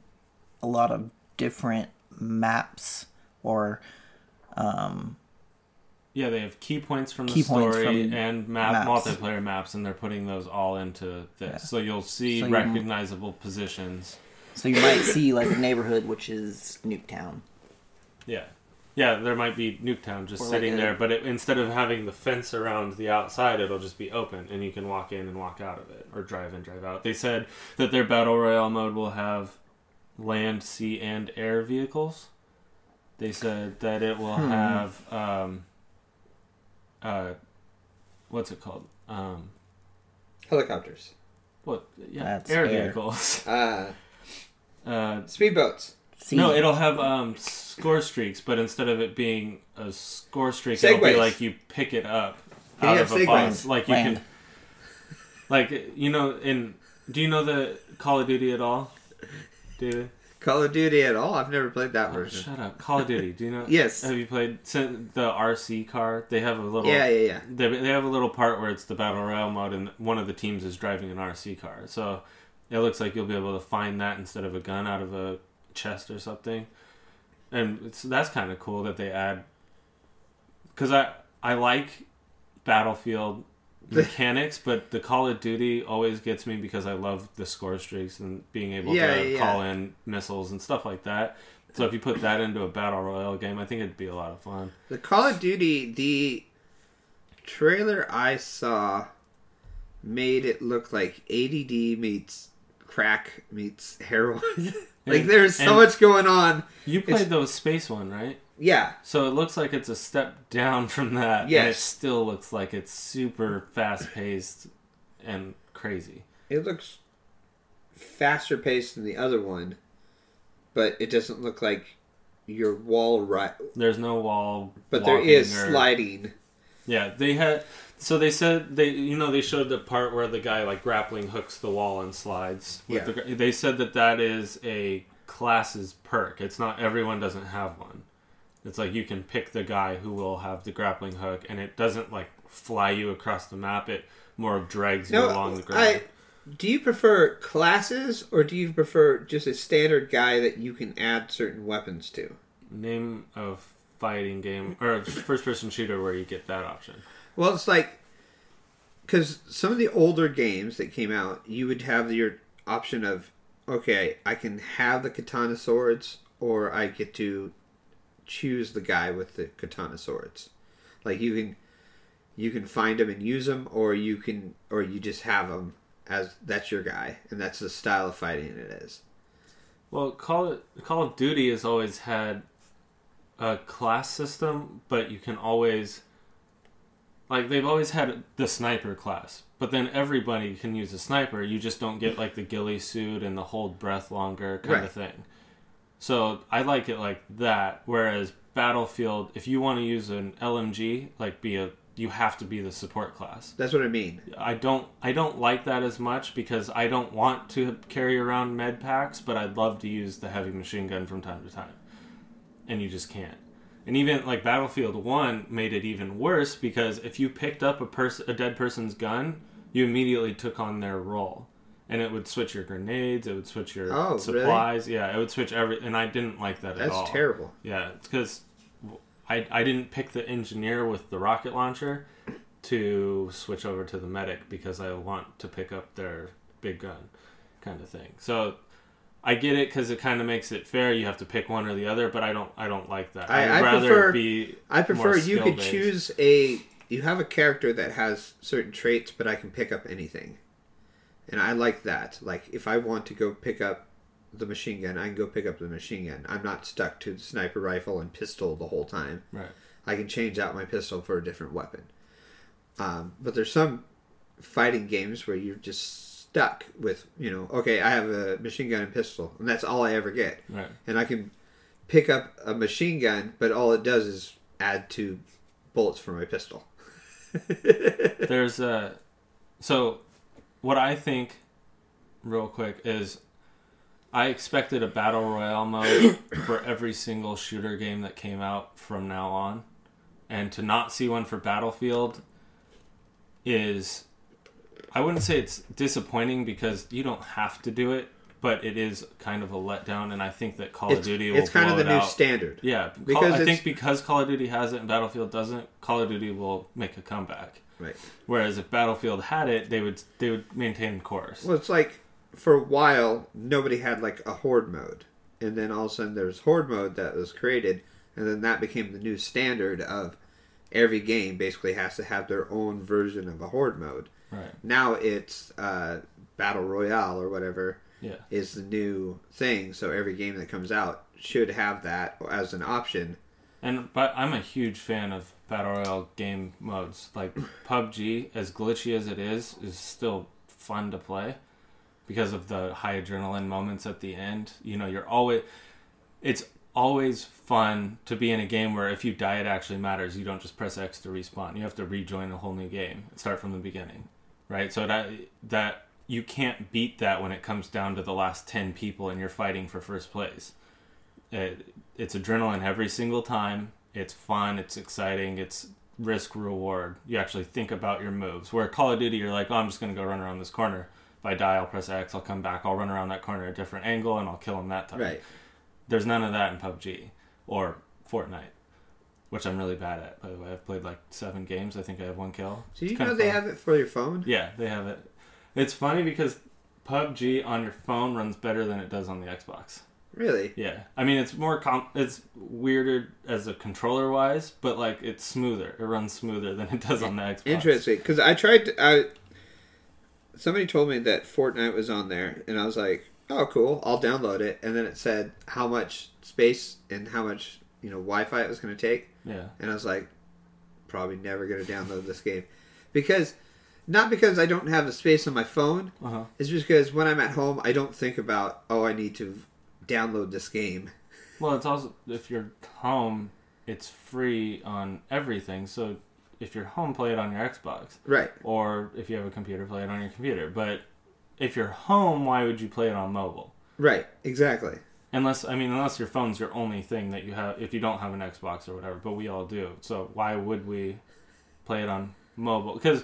S3: a lot of different maps or
S2: Yeah, they have key points from
S3: Key
S2: the
S3: points
S2: story
S3: from
S2: and map
S3: maps.
S2: multiplayer maps, and they're putting those all into this. So you'll see
S3: So you-
S2: recognizable positions.
S3: so you might see like a neighborhood which is Nuketown.
S2: Yeah. Yeah, there might be Nuketown just
S3: Or like
S2: sitting
S3: a-
S2: there, but it, instead of having the fence around the outside, it'll just be open and you can walk in and walk out of it or drive in, drive out. They said that their battle royale mode will have land, sea, and air vehicles. They said that it
S3: Hmm.
S2: will have um, uh, what's it called? Um,
S1: Helicopters.
S2: what? Yeah,
S3: That's
S2: air,
S3: air.
S2: vehicles.
S1: Uh,
S2: Uh,
S1: speedboats.
S3: See,
S2: No, it'll have um, score streaks, but instead of it being a score streak, it'll be
S1: Segways.
S2: like you pick it up
S1: You
S2: out
S1: have
S2: of a
S1: segways.
S2: box. Like you
S3: Land.
S2: can, like you know, in do you know the Call of Duty at all, David?
S1: Call of Duty at all? I've never played that
S2: Oh,
S1: version.
S2: shut up, Call of Duty. Do you know?
S1: Yes.
S2: Have you played sin- the RC car? They have a little.
S1: Yeah, yeah, yeah.
S2: They, they have a little part where it's the battle royale mode, and one of the teams is driving an RC car. So it looks like you'll be able to find that instead of a gun out of a chest or something. And it's, that's kind of cool that they add because I I like Battlefield mechanics, but the Call of Duty always gets me because I love the score streaks and being able
S1: Yeah,
S2: to
S1: yeah,
S2: call in missiles and stuff like that. So if you put that into a battle royale game, I think it'd be a lot of fun.
S1: The Call of Duty, the trailer I saw made it look like ADD meets crack meets heroin. like
S2: And-
S1: there's so
S2: and-
S1: much going on.
S2: You
S1: It's-
S2: played the space one, right?
S1: Yeah,
S2: So it looks like it's a step down from that, and it
S1: Yes.
S2: still looks like it's super fast paced and crazy.
S1: it looks faster paced than the other one, but it doesn't look like your wall right.
S2: There's no wall,
S1: But there
S2: walking
S1: is
S2: or-
S1: sliding.
S2: Yeah, they had. So they said they, you know, they showed the part where the guy like grappling hooks the wall and slides. with
S1: Yeah.
S2: the gra- they said that that is a class's perk. It's not everyone doesn't have one. It's like you can pick the guy who will have the grappling hook, and it doesn't like fly you across the map. It more drags you
S1: No,
S2: along the ground.
S1: I, do you prefer classes or do you prefer just a standard guy that you can add certain weapons to?
S2: Name of fighting game or first person shooter where you get that option.
S1: Well, it's like because some of the older games that came out, you would have your option of okay, I can have the katana swords, or I get to choose the guy with the katana swords. Like you can you can find them and use them, or you can or you just have them as that's your guy, and that's the style of fighting it is.
S2: Well, Call it, Call of Duty has always had a class system, but you can always like they've always had the sniper class, but then everybody can use a sniper. You just don't get like the ghillie suit and the hold breath longer kind
S1: Right.
S2: of thing. So I like it like that. Whereas Battlefield, if you want to use an LMG, like be a you have to be the support class.
S1: That's what I mean.
S2: I don't I don't like that as much because I don't want to carry around med packs, but I'd love to use the heavy machine gun from time to time. And you just can't. And even like Battlefield 1 made it even worse because if you picked up a person a dead person's gun, you immediately took on their role. And it would switch your grenades, it would switch your
S1: Oh, really?
S2: supplies. Yeah, it would switch every and I didn't like that at
S1: That's
S2: all.
S1: terrible.
S2: Yeah, it's because I, I didn't pick the engineer with the rocket launcher to switch over to the medic because I want to pick up their big gun kind of thing. So I get it because it kind of makes it fair. You have to pick one or the other, but I don't I don't like that.
S1: I-
S2: would
S1: I
S2: rather
S1: prefer-
S2: be
S1: I prefer
S2: more
S1: you could
S2: skill-based.
S1: choose a. You have a character that has certain traits, but I can pick up anything, and I like that. Like if I want to go pick up the machine gun, I can go pick up the machine gun. I'm not stuck to the sniper rifle and pistol the whole time.
S2: right.
S1: I can change out my pistol for a different weapon. Um, but there's some fighting games where you're just stuck with you know okay I have a machine gun and pistol and that's all I ever get
S2: Right.
S1: and I can pick up a machine gun, but all it does is add two bullets for my pistol.
S2: There's a so what I think real quick is I expected a battle royale mode for every single shooter game that came out from now on, and to not see one for Battlefield is I wouldn't say it's disappointing because you don't have to do it, but it is kind of a letdown, and I think that Call of
S1: It's,
S2: Duty will
S1: it's kind
S2: blow
S1: of the
S2: it
S1: new
S2: out.
S1: standard.
S2: Yeah, Call-
S1: Because
S2: I
S1: it's-
S2: think because Call of Duty has it and Battlefield doesn't, Call of Duty will make a comeback.
S1: Right.
S2: Whereas if Battlefield had it, they would they would maintain course.
S1: Well, it's like for a while nobody had like a horde mode, and then all of a sudden there's horde mode that was created, and then that became the new standard of every game basically has to have their own version of a horde mode.
S2: Right.
S1: Now it's uh, battle royale or whatever.
S2: Yeah.
S1: is the new thing. So every game that comes out should have that as an option.
S2: And but I'm a huge fan of battle royale game modes. Like PUBG, as glitchy as it is, is still fun to play because of the high adrenaline moments at the end. You know, you're always it's always fun to be in a game where if you die it actually matters. You don't just press X to respawn. You have to rejoin a whole new game and start from the beginning. Right? So that that you can't beat that when it comes down to the last 10 people and you're fighting for first place it, it's adrenaline every single time. It's fun. It's exciting. It's risk reward. You actually think about your moves. Where Call of Duty, you're like, oh, I'm just gonna go run around this corner. If I die, I'll press X. I'll come back. I'll run around that corner at a different angle and I'll kill him that time.
S1: Right.
S2: There's none of that in PUBG or Fortnite, which I'm really bad at. By the way, I've played like seven games. I think I have one kill.
S1: So you
S2: It's kinda
S1: know they
S2: fun.
S1: have it for your phone?
S2: Yeah, they have it. It's funny because PUBG on your phone runs better than it does on the Xbox.
S1: Really?
S2: Yeah, I mean it's more com- it's weirder as a controller wise, but like it's smoother. It runs smoother than it does on the Xbox.
S1: Interesting. Because I tried to. I, somebody told me that Fortnite was on there, and I was like, oh, cool. I'll download it. And then it said how much space and how much you know Wi Fi it was going to take.
S2: Yeah,
S1: and I was like, probably never going to download this game because not because I don't have the space on my phone.
S2: Uh-huh.
S1: It's just because when I'm at home, I don't think about oh, I need to download this game.
S2: well, it's also if you're home, it's free on everything. So if you're home, play it on your Xbox,
S1: Right.
S2: or if you have a computer, play it on your computer. But if you're home, why would you play it on mobile?
S1: Right. Exactly.
S2: Unless I mean, unless your phone's your only thing that you have. If you don't have an Xbox or whatever, but we all do. So why would we play it on mobile? Because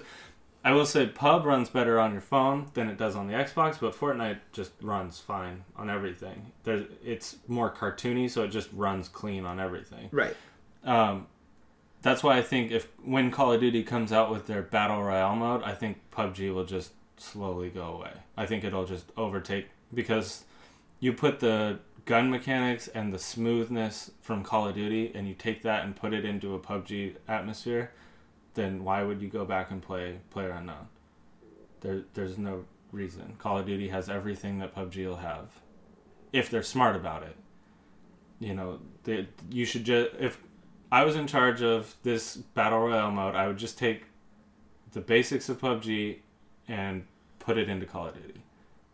S2: I will say Pub runs better on your phone than it does on the Xbox, but Fortnite just runs fine on everything. There's, it's more cartoony, so it just runs clean on everything.
S1: Right.
S2: Um, that's why I think if when Call of Duty comes out with their battle royale mode, I think PUBG will just slowly go away. I think it'll just overtake because you put the gun mechanics and the smoothness from Call of Duty and you take that and put it into a PUBG atmosphere, then why would you go back and play Player Unknown? There, there's no reason. Call of Duty has everything that PUBG will have, if they're smart about it. You know, they, you should just if I was in charge of this battle royale mode, I would just take the basics of PUBG and put it into Call of Duty,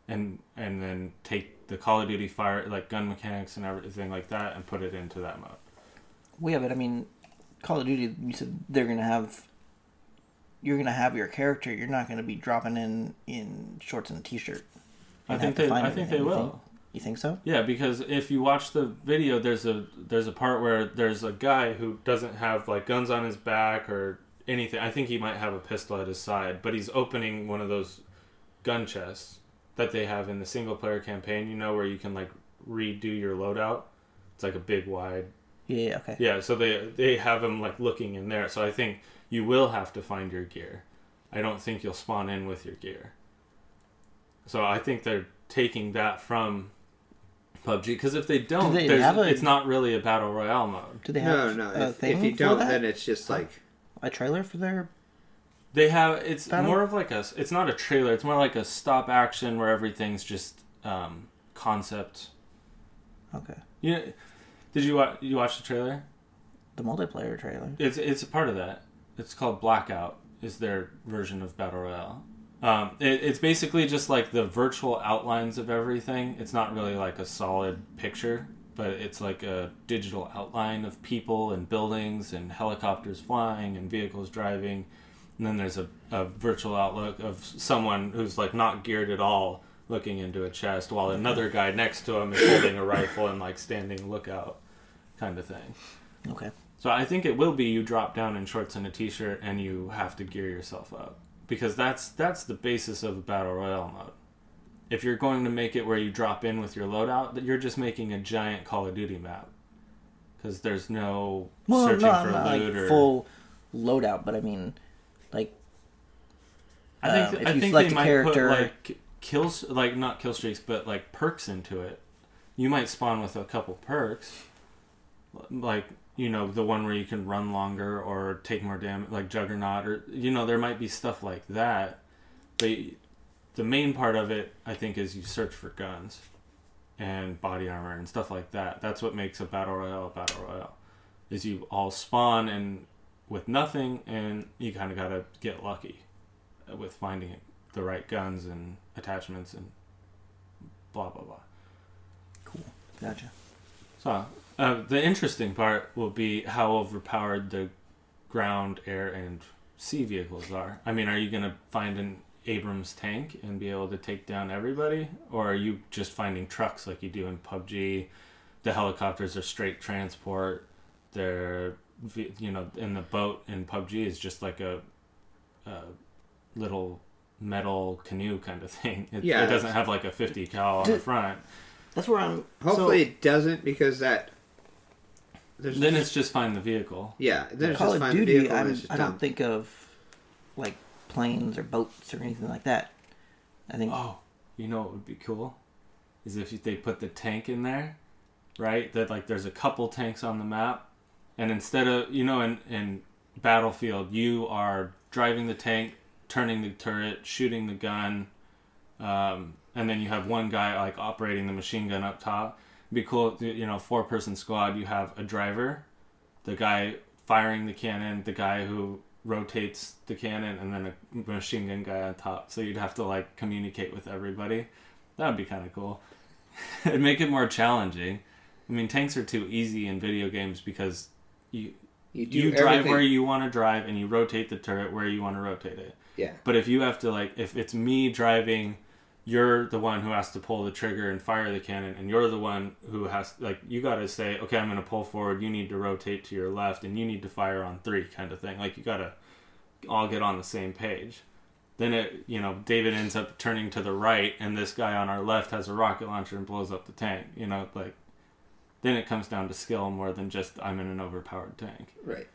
S2: and and then take the Call of Duty fire like gun mechanics and everything like that, and put it into that mode.
S3: Well, yeah, but I mean, Call of Duty. You said they're gonna have. You're gonna have your character. You're not gonna be dropping in in shorts and a t-shirt.
S2: I think
S3: and have to
S2: they,
S3: find
S2: I think they
S3: everything.
S2: will.
S3: You think so?
S2: Yeah, because if you watch the video, there's a there's a part where there's a guy who doesn't have like guns on his back or anything. I think he might have a pistol at his side, but he's opening one of those gun chests that they have in the single player campaign. You know where you can like redo your loadout. It's like a big wide.
S3: Yeah. yeah, Okay.
S2: Yeah, so they they have him like looking in there. So I think you will have to find your gear. I don't think you'll spawn in with your gear. So I think they're taking that from PUBG because if they don't,
S3: Do they
S2: there's-
S3: have a-
S2: it's not really a battle royale mode.
S3: Do they
S1: No,
S3: have
S1: no.
S3: a
S1: If,
S3: thing
S1: if you
S3: for
S1: don't,
S3: that?
S1: then it's just like
S3: a trailer for their?
S2: They have it's
S3: Battle-
S2: more of like a it's not a trailer. It's more like a stop action where everything's just um, concept.
S3: Okay.
S2: You did you watch you watch the trailer?
S3: The multiplayer trailer.
S2: It's it's a part of that. It's called Blackout. Is their version of battle royale. Um, it, it's basically just like the virtual outlines of everything. It's not really like a solid picture, but it's like a digital outline of people and buildings and helicopters flying and vehicles driving. And then there's a, a virtual outlook of someone who's like not geared at all looking into a chest while another guy next to him is holding a rifle and like standing lookout kind of thing.
S3: Okay.
S2: So I think it will be you drop down in shorts and a t-shirt and you have to gear yourself up because that's that's the basis of a battle royale mode. If you're going to make it where you drop in with your loadout, that you're just making a giant Call of Duty map because there's no
S3: Well,
S2: searching
S3: no,
S2: for
S3: I'm not
S2: loot
S3: like
S2: or.
S3: full loadout, but I mean, like
S2: I think
S3: um, if
S2: I
S3: you
S2: think
S3: select
S2: they
S3: a
S2: might
S3: character-
S2: put like kills, like not kill streaks, but like perks into it. You might spawn with a couple perks, like you know the one where you can run longer or take more damage, like Juggernaut, or you know there might be stuff like that. But the main part of it, I think, is you search for guns and body armor and stuff like that. That's what makes a battle royale a battle royale. Is you all spawn and with nothing, and you kind of gotta get lucky with finding the right guns and attachments and blah blah blah.
S3: gotcha.
S2: So uh, the interesting part will be how overpowered the ground, air, and sea vehicles are. I mean, are you going to find an Abrams tank and be able to take down everybody, or are you just finding trucks like you do in PUBG? The helicopters are straight transport. They're ve- you know, and the boat in PUBG is just like a, a little metal canoe kind of thing. It,
S1: Yeah.
S2: it doesn't have like a 50 cal on the
S3: Did-
S2: front.
S3: That's where I'm.
S1: hopefully it doesn't because that. There's
S2: Then it's just find the vehicle.
S1: yeah. Then
S3: so,
S1: it's
S3: Call
S1: just
S3: of
S1: find the
S3: Duty.
S1: vehicle.
S3: I'm,
S1: and it's just
S3: I
S1: dumb.
S3: don't think of like planes or boats or anything like that. I think
S2: Oh, you know what would be cool? Is if they put the tank in there, right? That like there's a couple tanks on the map, and instead of you know in in Battlefield you are driving the tank, turning the turret, shooting the gun, um, and then you have one guy like operating the machine gun up top. It'd be cool, if, you know, four person squad. You have a driver, the guy firing the cannon, the guy who rotates the cannon, and then a machine gun guy on top. So you'd have to like communicate with everybody. That would be kind of cool. It'd make it more challenging. I mean, tanks are too easy in video games because you
S1: do
S2: you drive
S1: everything-
S2: where you want to drive and you rotate the turret where you want to rotate it.
S1: Yeah.
S2: But if you have to like, if it's me driving, you're the one who has to pull the trigger and fire the cannon, and you're the one who has like you got to say, okay, I'm going to pull forward. You need to rotate to your left, and you need to fire on three, kind of thing. Like you got to all get on the same page. Then it, you know, David ends up turning to the right, and this guy on our left has a rocket launcher and blows up the tank. You know, like then it comes down to skill more than just I'm in an overpowered tank.
S1: Right.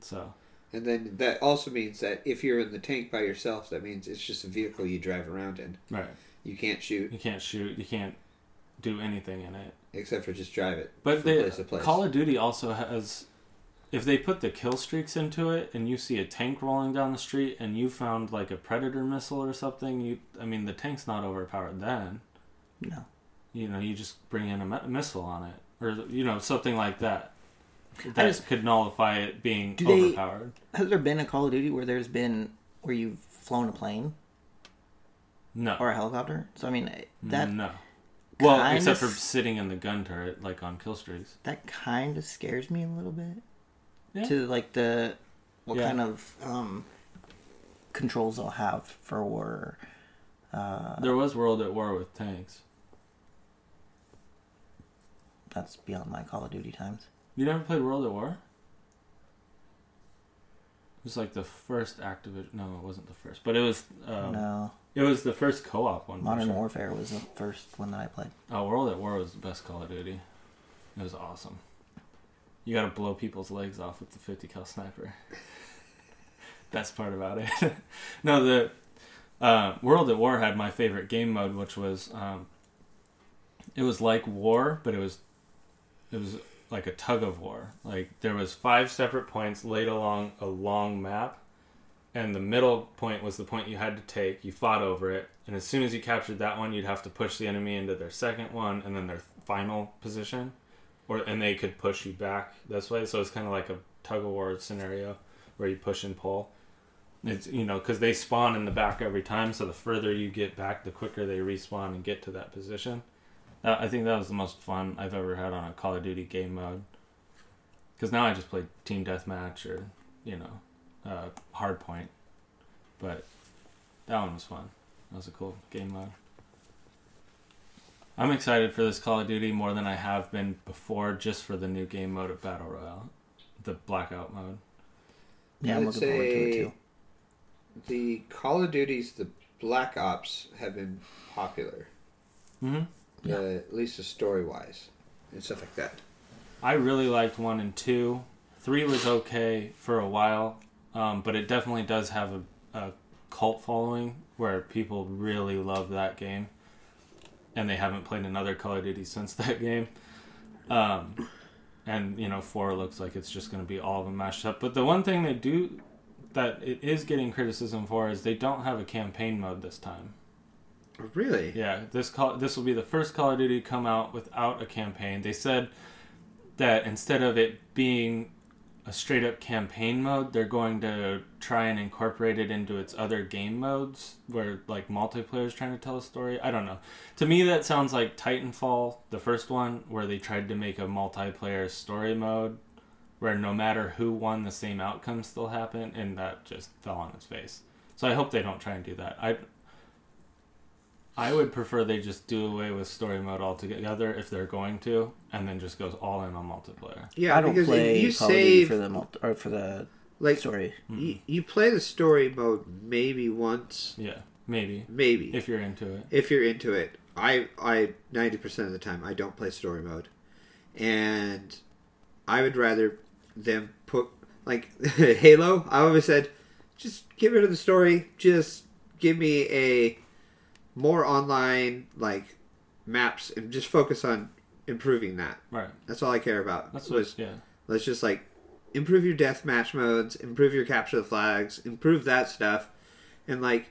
S2: So
S1: And then that also means that if you're in the tank by yourself, that means it's just a vehicle you drive around in.
S2: right,
S1: You can't shoot
S2: you can't shoot, you can't do anything in it.
S1: except for just drive it.
S2: But
S1: from
S2: they,
S1: place to place.
S2: Call of Duty also has, if they put the kill streaks into it, and you see a tank rolling down the street, and you found like a Predator missile or something, you, I mean, the tank's not overpowered then.
S3: No.
S2: You know, you just bring in a mi- missile on it, or you know, something like that. That
S3: just-
S2: could nullify it being
S3: Do they-
S2: overpowered.
S3: Has there been a Call of Duty where there's been where you've flown a plane
S2: no,
S3: or a helicopter? So I mean I- that
S2: Mm, no. Well,
S3: kinda
S2: except for
S3: s-
S2: sitting in the gun turret, like on kill streaks.
S3: that kind of scares me a little bit.
S2: Yeah.
S3: To like the what
S2: Yeah.
S3: kind of um, controls they'll have for war. Uh.
S2: there was World at War with tanks.
S3: That's beyond my Call of Duty times.
S2: You never played World at War? It was like the first Activision. No, it wasn't the first, but it was. Um,
S3: no,
S2: It was the first co-op one. for
S3: Modern
S2: sure.
S3: Warfare was the first one that I played.
S2: Oh, World at War was the best Call of Duty. It was awesome. You got to blow people's legs off with the 50 cal sniper. best part about it. no, the uh, World at War had my favorite game mode, which was um, it was like war, but it was it was like a tug of war. Like there was five separate points laid along a long map, and the middle point was the point you had to take. You fought over it, and as soon as you captured that one, you'd have to push the enemy into their second one and then their final position, or and they could push you back this way. So it's kind of like a tug of war scenario where you push and pull. It's you know because they spawn in the back every time, so the further you get back, the quicker they respawn and get to that position. Uh, I think that was the most fun I've ever had on a Call of Duty game mode. Because now I just play team deathmatch or you know uh, Hardpoint, but that one was fun. That was a cool game mode. I'm excited for this Call of Duty more than I have been before, just for the new game mode of Battle Royale, the Blackout mode.
S3: Yeah, I'm
S1: I'd
S3: looking forward to it
S1: say-
S3: too.
S1: the Call of Duties, the Black Ops have been popular,
S2: Mm-hmm.
S3: Yeah.
S1: uh, at least the story wise and stuff like that.
S2: I really liked one and two. Three was okay for a while, um, but it definitely does have a, a cult following where people really love that game, and they haven't played another Call of Duty since that game. Um, and you know, four looks like it's just going to be all of them mashed up. But the one thing they do that it is getting criticism for is they don't have a campaign mode this time.
S1: Really?
S2: Yeah, this call this will be the first Call of Duty to come out without a campaign. They said that instead of it being a straight up campaign mode, they're going to try and incorporate it into its other game modes where like multiplayer is trying to tell a story. I don't know. To me that sounds like Titanfall, the first one, where they tried to make a multiplayer story mode where no matter who won the same outcome still happened and that just fell on its face. So I hope they don't try and do that. I I would prefer they just do away with story mode altogether if they're going to, and then just goes all in on multiplayer.
S1: Yeah,
S3: I don't
S1: because
S3: play
S1: you
S3: Call of Duty
S1: save
S3: for the multi- or for the
S1: like
S3: story.
S1: you, you play the story mode maybe once,
S2: Yeah, maybe
S1: maybe
S2: if you're into it.
S1: if you're into it. I I ninety percent of the time I don't play story mode, and I would rather them put like Halo. I always said, just get rid of the story. Just give me a more online like maps and just focus on improving that.
S2: Right.
S1: That's all I care about.
S2: That's
S1: was
S2: what. Yeah.
S1: Let's just like improve your deathmatch modes, improve your capture the flags, improve that stuff. And like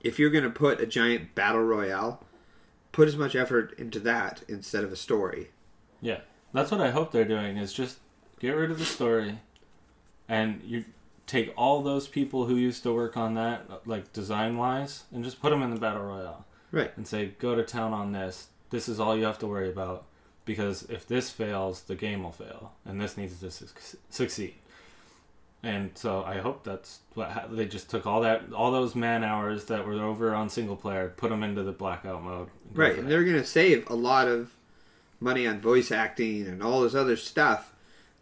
S1: if you're gonna put a giant battle royale, put as much effort into that instead of a story.
S2: Yeah. That's what I hope they're doing is just get rid of the story and you take all those people who used to work on that like design wise and just put them in the battle royale.
S1: Right.
S2: And say go to town on this. This is all you have to worry about because if this fails, the game will fail and this needs to suc succeed. And so I hope that's what ha- they just took all that all those man hours that were over on single player, put them into the blackout mode. and go
S1: Right.
S2: for
S1: And
S2: that.
S1: they're gonna save a lot of money on voice acting and all this other stuff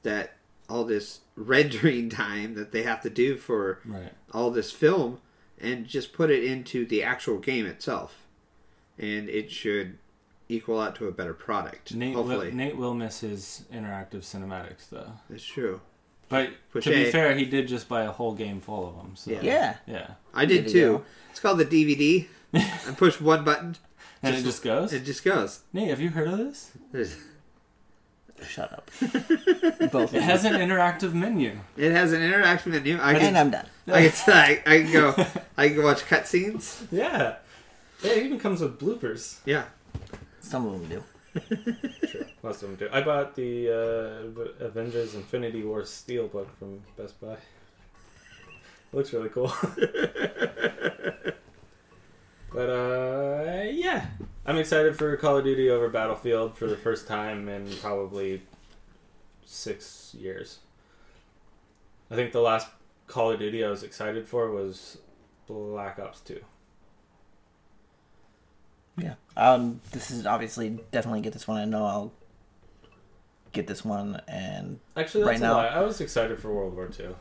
S1: that all this rendering time that they have to do for
S2: Right.
S1: all this film and just put it into the actual game itself, and it should equal out to a better product.
S2: Nate
S1: hopefully,
S2: will, Nate will miss his interactive cinematics though.
S1: that's true.
S2: But to
S1: Pushay.
S2: be fair, he did just buy a whole game full of them. So
S1: Yeah.
S3: Yeah.
S2: yeah.
S1: I did
S3: There you
S1: too.
S3: go.
S1: It's called the DVD. I push one button,
S2: And it just goes.
S1: it just goes.
S2: Nate, have you heard of this?
S1: There's-
S3: Shut up. Both.
S2: It
S3: of you.
S2: has an interactive menu.
S1: It has an interaction menu. I can,
S3: And I'm done.
S1: I can, I, I can go. I can watch cutscenes.
S4: Yeah. Yeah, it even comes with bloopers.
S1: Yeah,
S3: Some of them do.
S4: Most of them do. I bought the uh, v- Avengers Infinity War Steelbook from Best Buy. Looks really cool. but uh, yeah, I'm excited for Call of Duty over Battlefield for the first time in probably six years. I think the last Call of Duty I was excited for was Black Ops Two.
S3: Yeah. Um. This is obviously definitely get this one. I know I'll get this one, and
S4: Actually, that's
S3: Right
S4: a
S3: now-
S4: lie. I was excited for World War Two.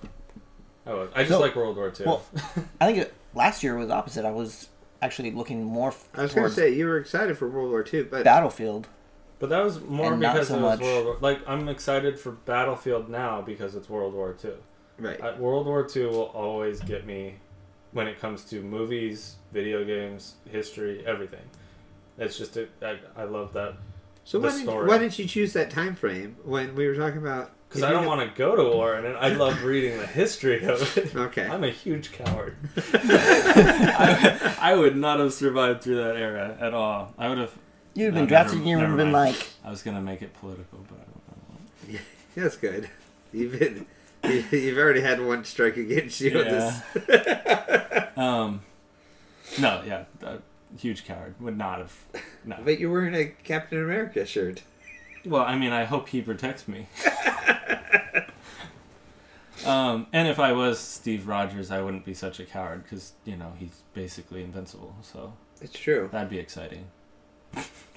S4: I was. I just
S3: No.
S4: like World War Two.
S3: Well, I think it, last year was opposite. I was actually looking more f-
S1: I was going to
S3: towards
S1: say you were excited for World War II, but
S3: Battlefield.
S4: But that was more
S3: And not
S4: because
S3: so
S4: it was
S3: much-
S4: World War. Like I'm excited for Battlefield now because it's World War Two.
S1: right,
S4: I, World War Two will always get me when it comes to movies, video games, history, everything. It's just a, I, I love that
S1: So
S4: the
S1: why didn't,
S4: story.
S1: why didn't you choose that time frame when we were talking about?
S4: because I don't want to go to war, and I love reading the history of it.
S1: Okay.
S4: I'm a huge coward.
S2: I, I would not have survived through that era at all. I would have.
S3: You'd have
S2: No,
S3: been
S2: never-
S3: drafted. You would
S2: never
S3: have been
S2: mind.
S3: like,
S2: I was gonna make it political, but I don't know.
S1: That's good. You've been, you, you've already had one strike against you. on This.
S2: um, no, yeah, a huge coward would not have. No.
S1: But you're wearing a Captain America shirt.
S2: Well, I mean, I hope he protects me. um, and if I was Steve Rogers, I wouldn't be such a coward because you know he's basically invincible. So
S1: It's true.
S2: that'd be exciting.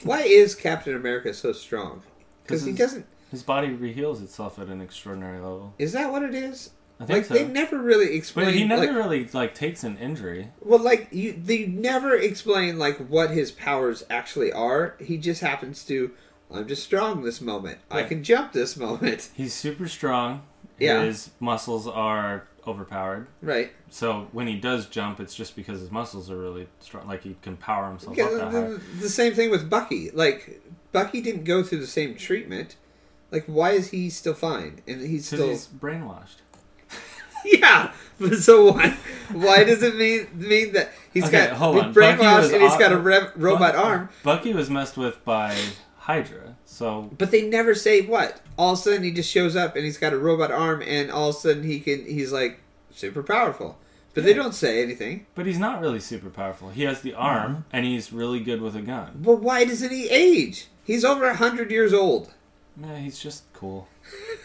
S1: Why is Captain America so strong? Because
S2: 'Cause
S1: he
S2: his-
S1: doesn't.
S2: His body reheals itself at an extraordinary level.
S1: Is that what it is?
S2: I think
S1: Like
S2: so.
S1: they never really explain.
S2: but he never
S1: like-
S2: really like takes an injury.
S1: Well, like you, they never explain like what his powers actually are. He just happens to. I'm just strong this moment. I
S4: Yeah.
S1: can jump this moment.
S2: He's super strong.
S1: Yeah.
S2: His muscles are overpowered.
S1: Right.
S2: So when he does jump, it's just because his muscles are really strong. Like he can power himself
S1: Yeah,
S2: up that high.
S1: the, the same thing with Bucky. Like Bucky didn't go through the same treatment. Like why is he still fine? And he's
S2: Because
S1: still
S2: he's brainwashed.
S1: yeah. But so why? Why does it mean mean that he's
S2: Okay,
S1: got
S2: hold
S1: he's
S2: on. Bucky was
S1: brainwashed and he's got a
S2: aw-
S1: rev, robot
S2: Buck-
S1: arm?
S2: Bucky was messed with by Hydra. So
S1: But they never say what. All of a sudden he just shows up and he's got a robot arm and all of a sudden he can he's like super powerful. But they don't say anything.
S2: But he's not really super powerful. He has the arm, and he's really good with a gun.
S1: Well, why doesn't he age? He's over hundred years old.
S2: Nah, he's just cool.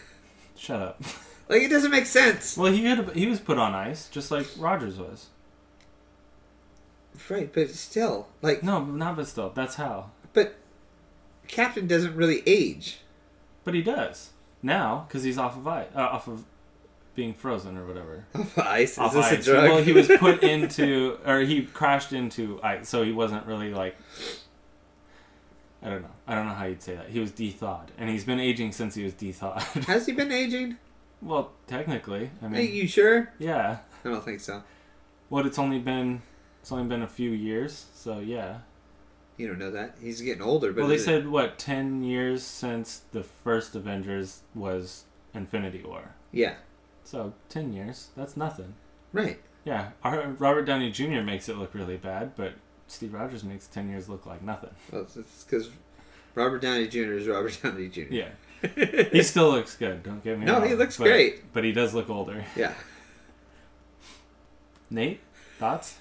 S2: Shut up.
S1: Like it doesn't make sense.
S2: Well, he could he was put on ice, just like Rogers was.
S1: Right, but still, like
S2: No, not but still, that's how.
S1: But Captain doesn't really age.
S2: But he does now because he's off of ice, uh, off of being frozen or whatever.
S1: Ice is
S2: off
S1: this
S2: ice.
S1: a drug?
S2: Well, he was put into or he crashed into ice, so he wasn't really like. I don't know. I don't know how you'd say that. He was de-thawed, and he's been aging since he was de-thawed.
S1: Has he been aging?
S2: well, technically, I
S1: Are
S2: mean,
S1: you sure?
S2: yeah.
S1: I don't think so.
S2: What it's only been, it's only been a few years, so yeah.
S1: You don't know that. He's getting older. But
S2: well, they
S1: is it-
S2: said what ten years since the first Avengers was Infinity War,
S1: yeah,
S2: so ten years. That's nothing.
S1: right.
S2: Yeah, our, Robert Downey Jr. makes it look really bad, but Steve Rogers makes ten years look like nothing.
S1: Well, it's because Robert Downey Jr. is Robert Downey Jr.
S2: Yeah. he still looks good, don't get me
S1: No,
S2: wrong.
S1: he looks
S2: but-
S1: great.
S2: But he does look older.
S1: Yeah.
S2: Nate, thoughts?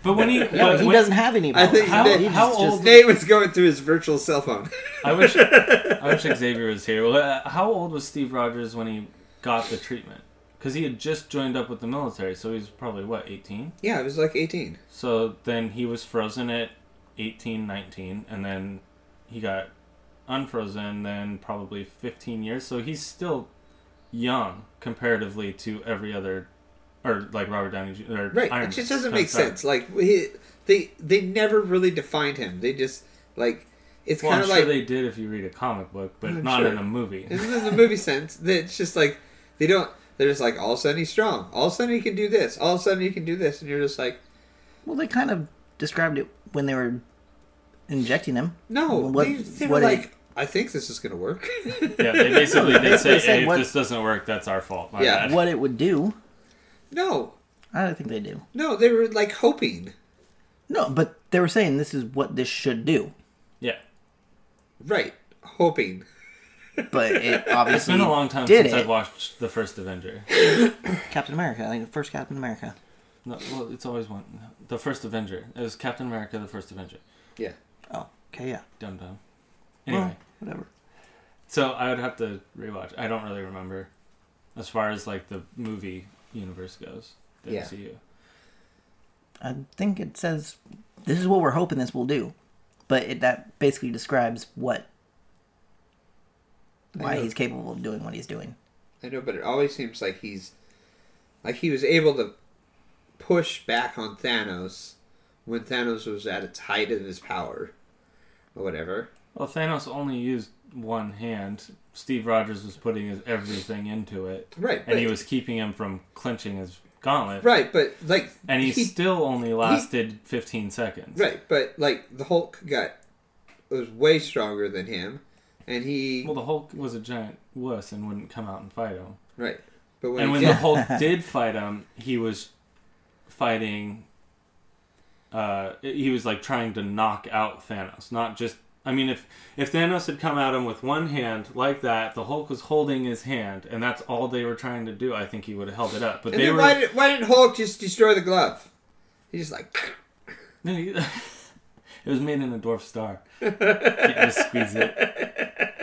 S2: But when he,
S3: yeah,
S2: but
S3: but he
S2: when-
S3: doesn't have any.
S1: I think
S2: How-
S3: powers.
S1: that,
S3: He
S2: how
S3: just-
S2: old-
S3: just-
S1: Nate was going through his virtual cell phone.
S2: I wish I wish Xavier was here. Well, uh, How old was Steve Rogers when he got the treatment? Because he had just joined up with the military, so he was probably what eighteen.
S1: yeah, it was like 18.
S2: So then he was frozen at 18, 19, and then he got unfrozen, then probably 15 years. So he's still young comparatively to every other, or like Robert Downey Jr. or
S1: Right.
S2: Iron
S1: it just
S2: Man.
S1: doesn't
S2: Oh,
S1: make
S2: sorry.
S1: sense. Like he, they they never really defined him. They just like it's
S2: Well,
S1: kind
S2: I'm
S1: of
S2: sure
S1: like
S2: they did if you read a comic book, but
S1: I'm
S2: not
S1: sure.
S2: in a movie.
S1: Isn't in the movie sense that it's just like they don't. They're just like all of a sudden he's strong. All of a sudden he can do this. All of a sudden he can do this, and you're just like,
S3: Well, they kind of described it when they were injecting him.
S1: no.
S3: What-
S1: they, they
S3: what
S1: were
S3: is-
S1: like, I think this is gonna work.
S2: yeah, they basically did
S3: that's what
S2: say,
S3: I said,
S2: hey, if
S3: what-
S2: this doesn't work, that's our fault. My
S1: Yeah.
S2: bad.
S3: What it would do.
S1: no,
S3: I don't think they do.
S1: no. They were like hoping.
S3: No, but they were saying this is what this should do.
S2: Yeah.
S1: Right, hoping.
S3: But it
S2: It's
S3: obviously
S2: been a long time
S3: did
S2: since
S3: it.
S2: I've watched the first Avenger.
S3: Captain America, I think the first Captain America.
S2: No, well, it's always one. The first Avenger. It was Captain America, the first Avenger.
S1: Yeah.
S3: Oh, okay, yeah.
S2: Dum dum.
S3: Well,
S2: Anyway,
S3: whatever.
S2: so I would have to rewatch. I don't really remember as far as like the movie universe goes. The
S1: Yeah.
S2: MCU.
S3: I think it says this is what we're hoping this will do, but it, that basically describes what why
S1: know.
S3: he's capable of doing what he's doing.
S1: I know, but it always seems like he's like he was able to push back on Thanos when Thanos was at its height of his power or whatever.
S2: Well, Thanos only used one hand. Steve Rogers was putting his everything into it,
S1: Right,
S2: and he
S1: but-
S2: was keeping him from clenching his gauntlet.
S1: Right, but like
S2: And he,
S1: he-
S2: still only lasted 15 seconds.
S1: right, but like the Hulk got was way stronger than him, and he
S2: Well, the Hulk was a giant wuss and wouldn't come out and fight him.
S1: right. But when
S2: and
S1: he
S2: when
S1: did,
S2: the Hulk did fight him, he was fighting. Uh, he was like trying to knock out Thanos, not just. I mean, if if Thanos had come at him with one hand like that, the Hulk was holding his hand, and that's all they were trying to do. I think he would have held it up, but
S1: and
S2: they
S1: then
S2: were.
S1: why did why didn't Hulk just destroy the glove? He's just like
S2: No, you- it was made in a dwarf star. Can't just squeeze it.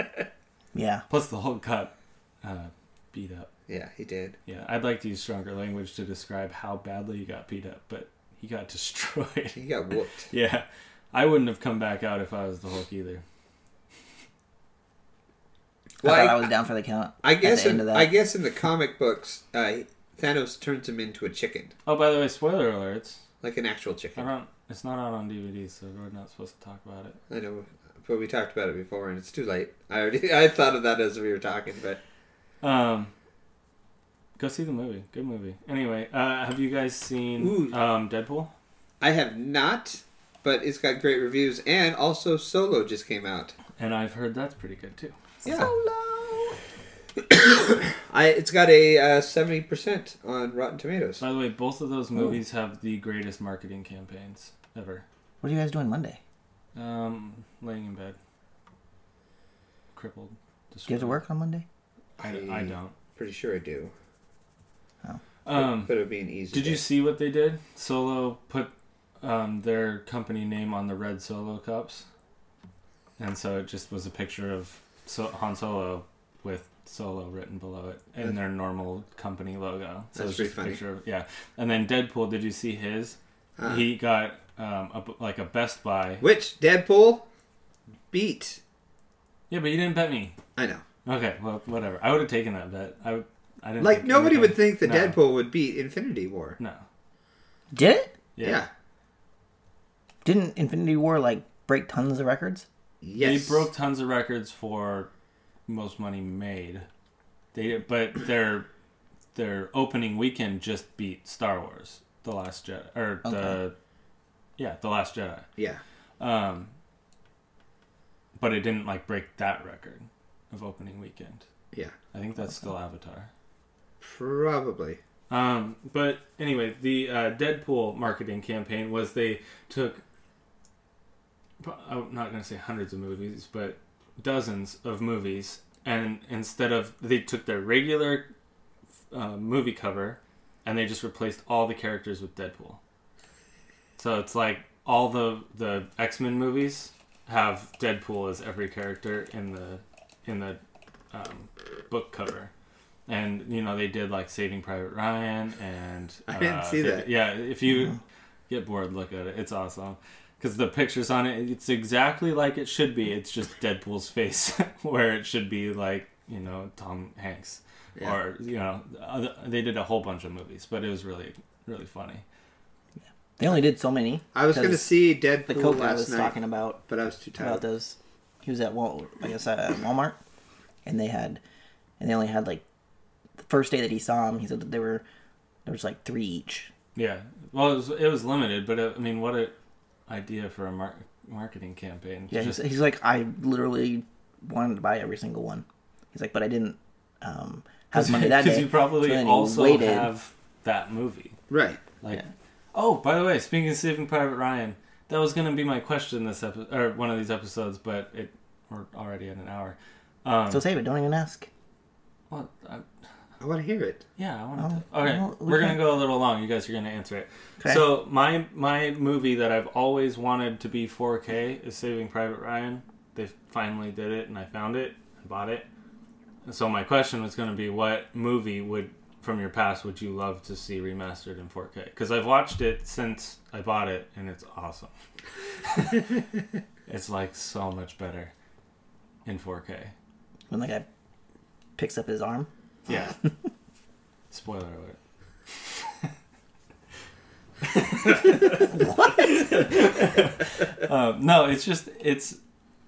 S3: Yeah,
S2: Plus, the Hulk got uh, beat up.
S1: yeah, he did.
S2: Yeah, I'd like to use stronger language to describe how badly he got beat up, but he got destroyed.
S1: He got whooped.
S2: Yeah, I wouldn't have come back out if I was the Hulk either.
S3: I
S1: Like
S3: thought I was down for the count.
S1: I
S3: at
S1: guess
S3: the end
S1: in,
S3: of that.
S1: I guess in the comic books, uh, Thanos turns him into a chicken,
S2: Oh, by the way, spoiler alerts.
S1: like an actual
S2: I
S1: chicken.
S2: don't. It's not out on DVD, so we're not supposed to talk about it.
S1: I know, but we talked about it before, and it's too late. I already I thought of that as we were talking, but
S2: Um, go see the movie. Good movie. Anyway, uh, have you guys seen
S1: Ooh.
S2: um, Deadpool?
S1: I have not. But it's got great reviews, and also Solo just came out.
S2: And I've heard that's pretty good too.
S1: Yeah. I it's got a uh, seventy percent on Rotten Tomatoes.
S2: By the way, both of those movies have the greatest marketing campaigns ever.
S3: What are you guys doing Monday?
S2: Um, laying in bed, crippled.
S3: Do you have to work on Monday?
S2: I, I don't.
S1: Pretty sure I do,
S2: Um,
S1: but it'll be an easy.
S2: Did you
S1: day.
S2: see what they did? Solo put um, their company name on the red Solo cups, and so it just was a picture of so- Han Solo with Solo written below it in their normal company logo. So
S1: That's
S2: it's just
S1: pretty funny.
S2: a picture of yeah. And then Deadpool, did you see his?
S1: Uh.
S2: He got um, a, like a Best Buy.
S1: which Deadpool beat?
S2: Yeah, but you didn't bet me.
S1: I know.
S2: Okay, well, whatever. I would have taken that bet. I would. I didn't
S1: Like
S2: think
S1: nobody would
S2: anything-
S1: think that
S2: No.
S1: Deadpool would beat Infinity War.
S2: No.
S3: Did it?
S1: yeah.
S3: Didn't Infinity War like break tons of records?
S1: Yes.
S2: They broke tons of records for most money made. They but their their opening weekend just beat Star Wars: The Last Jedi or the
S3: Okay.
S2: yeah, The Last Jedi.
S1: Yeah.
S2: Um, but it didn't like break that record of opening weekend.
S1: Yeah.
S2: I think that's still Avatar.
S1: Probably.
S2: Um, but anyway, the uh, Deadpool marketing campaign was they took, pro- I'm not going to say hundreds of movies, but dozens of movies, and instead of, they took their regular uh, movie cover and they just replaced all the characters with Deadpool. So it's like all the, the X Men movies have Deadpool as every character in the, in the um, book cover and you know they did like Saving Private Ryan and uh,
S1: I didn't see
S2: they-
S1: that. Mm-hmm.
S2: Yeah, if you get bored, look at it. It's awesome because the pictures on it, it's exactly like it should be. It's just Deadpool's face where it should be like you know Tom Hanks
S1: Yeah.
S2: or you know, other, they did a whole bunch of movies, but it was really really funny.
S3: They only did so many.
S1: I was
S3: 'cause
S1: going to see
S3: the
S1: Deadpool
S3: coke I
S1: last
S3: was
S1: night,
S3: talking about
S1: but I was too tired.
S3: about those. He was at Wal, I guess uh, at Walmart, and they had, and they only had like the first day that he saw him. He said that there were there was like three each.
S2: Yeah, well, it was, it was limited, but it, I mean, what a idea for a mar- marketing campaign.
S3: Yeah, he's,
S2: Just-
S3: he's like I literally wanted to buy every single one. He's like, but I didn't um, have money that day.
S2: you probably
S3: So then he
S2: also
S3: waited.
S2: have that movie.
S1: Right.
S2: Like,
S3: Yeah.
S2: oh, by the way, speaking of Saving Private Ryan, that was going to be my question this episode or one of these episodes, but it we're already at an hour. Um,
S3: So save it. Don't even ask.
S2: well, I,
S1: I want to hear it.
S2: yeah, I wanted
S3: Oh,
S2: to. Okay,
S3: well, we
S2: we're going
S3: can-
S2: to go a little long. You guys are going to answer it.
S3: Okay.
S2: So my my movie that I've always wanted to be 4K is Saving Private Ryan. They finally did it, and I found it and bought it. So my question was going to be, what movie would from your past would you love to see remastered in 4K? Because I've watched it since I bought it, and it's awesome. it's like so much better in 4K.
S3: When the guy picks up his arm,
S2: Yeah. Spoiler alert. what? um, no, it's just it's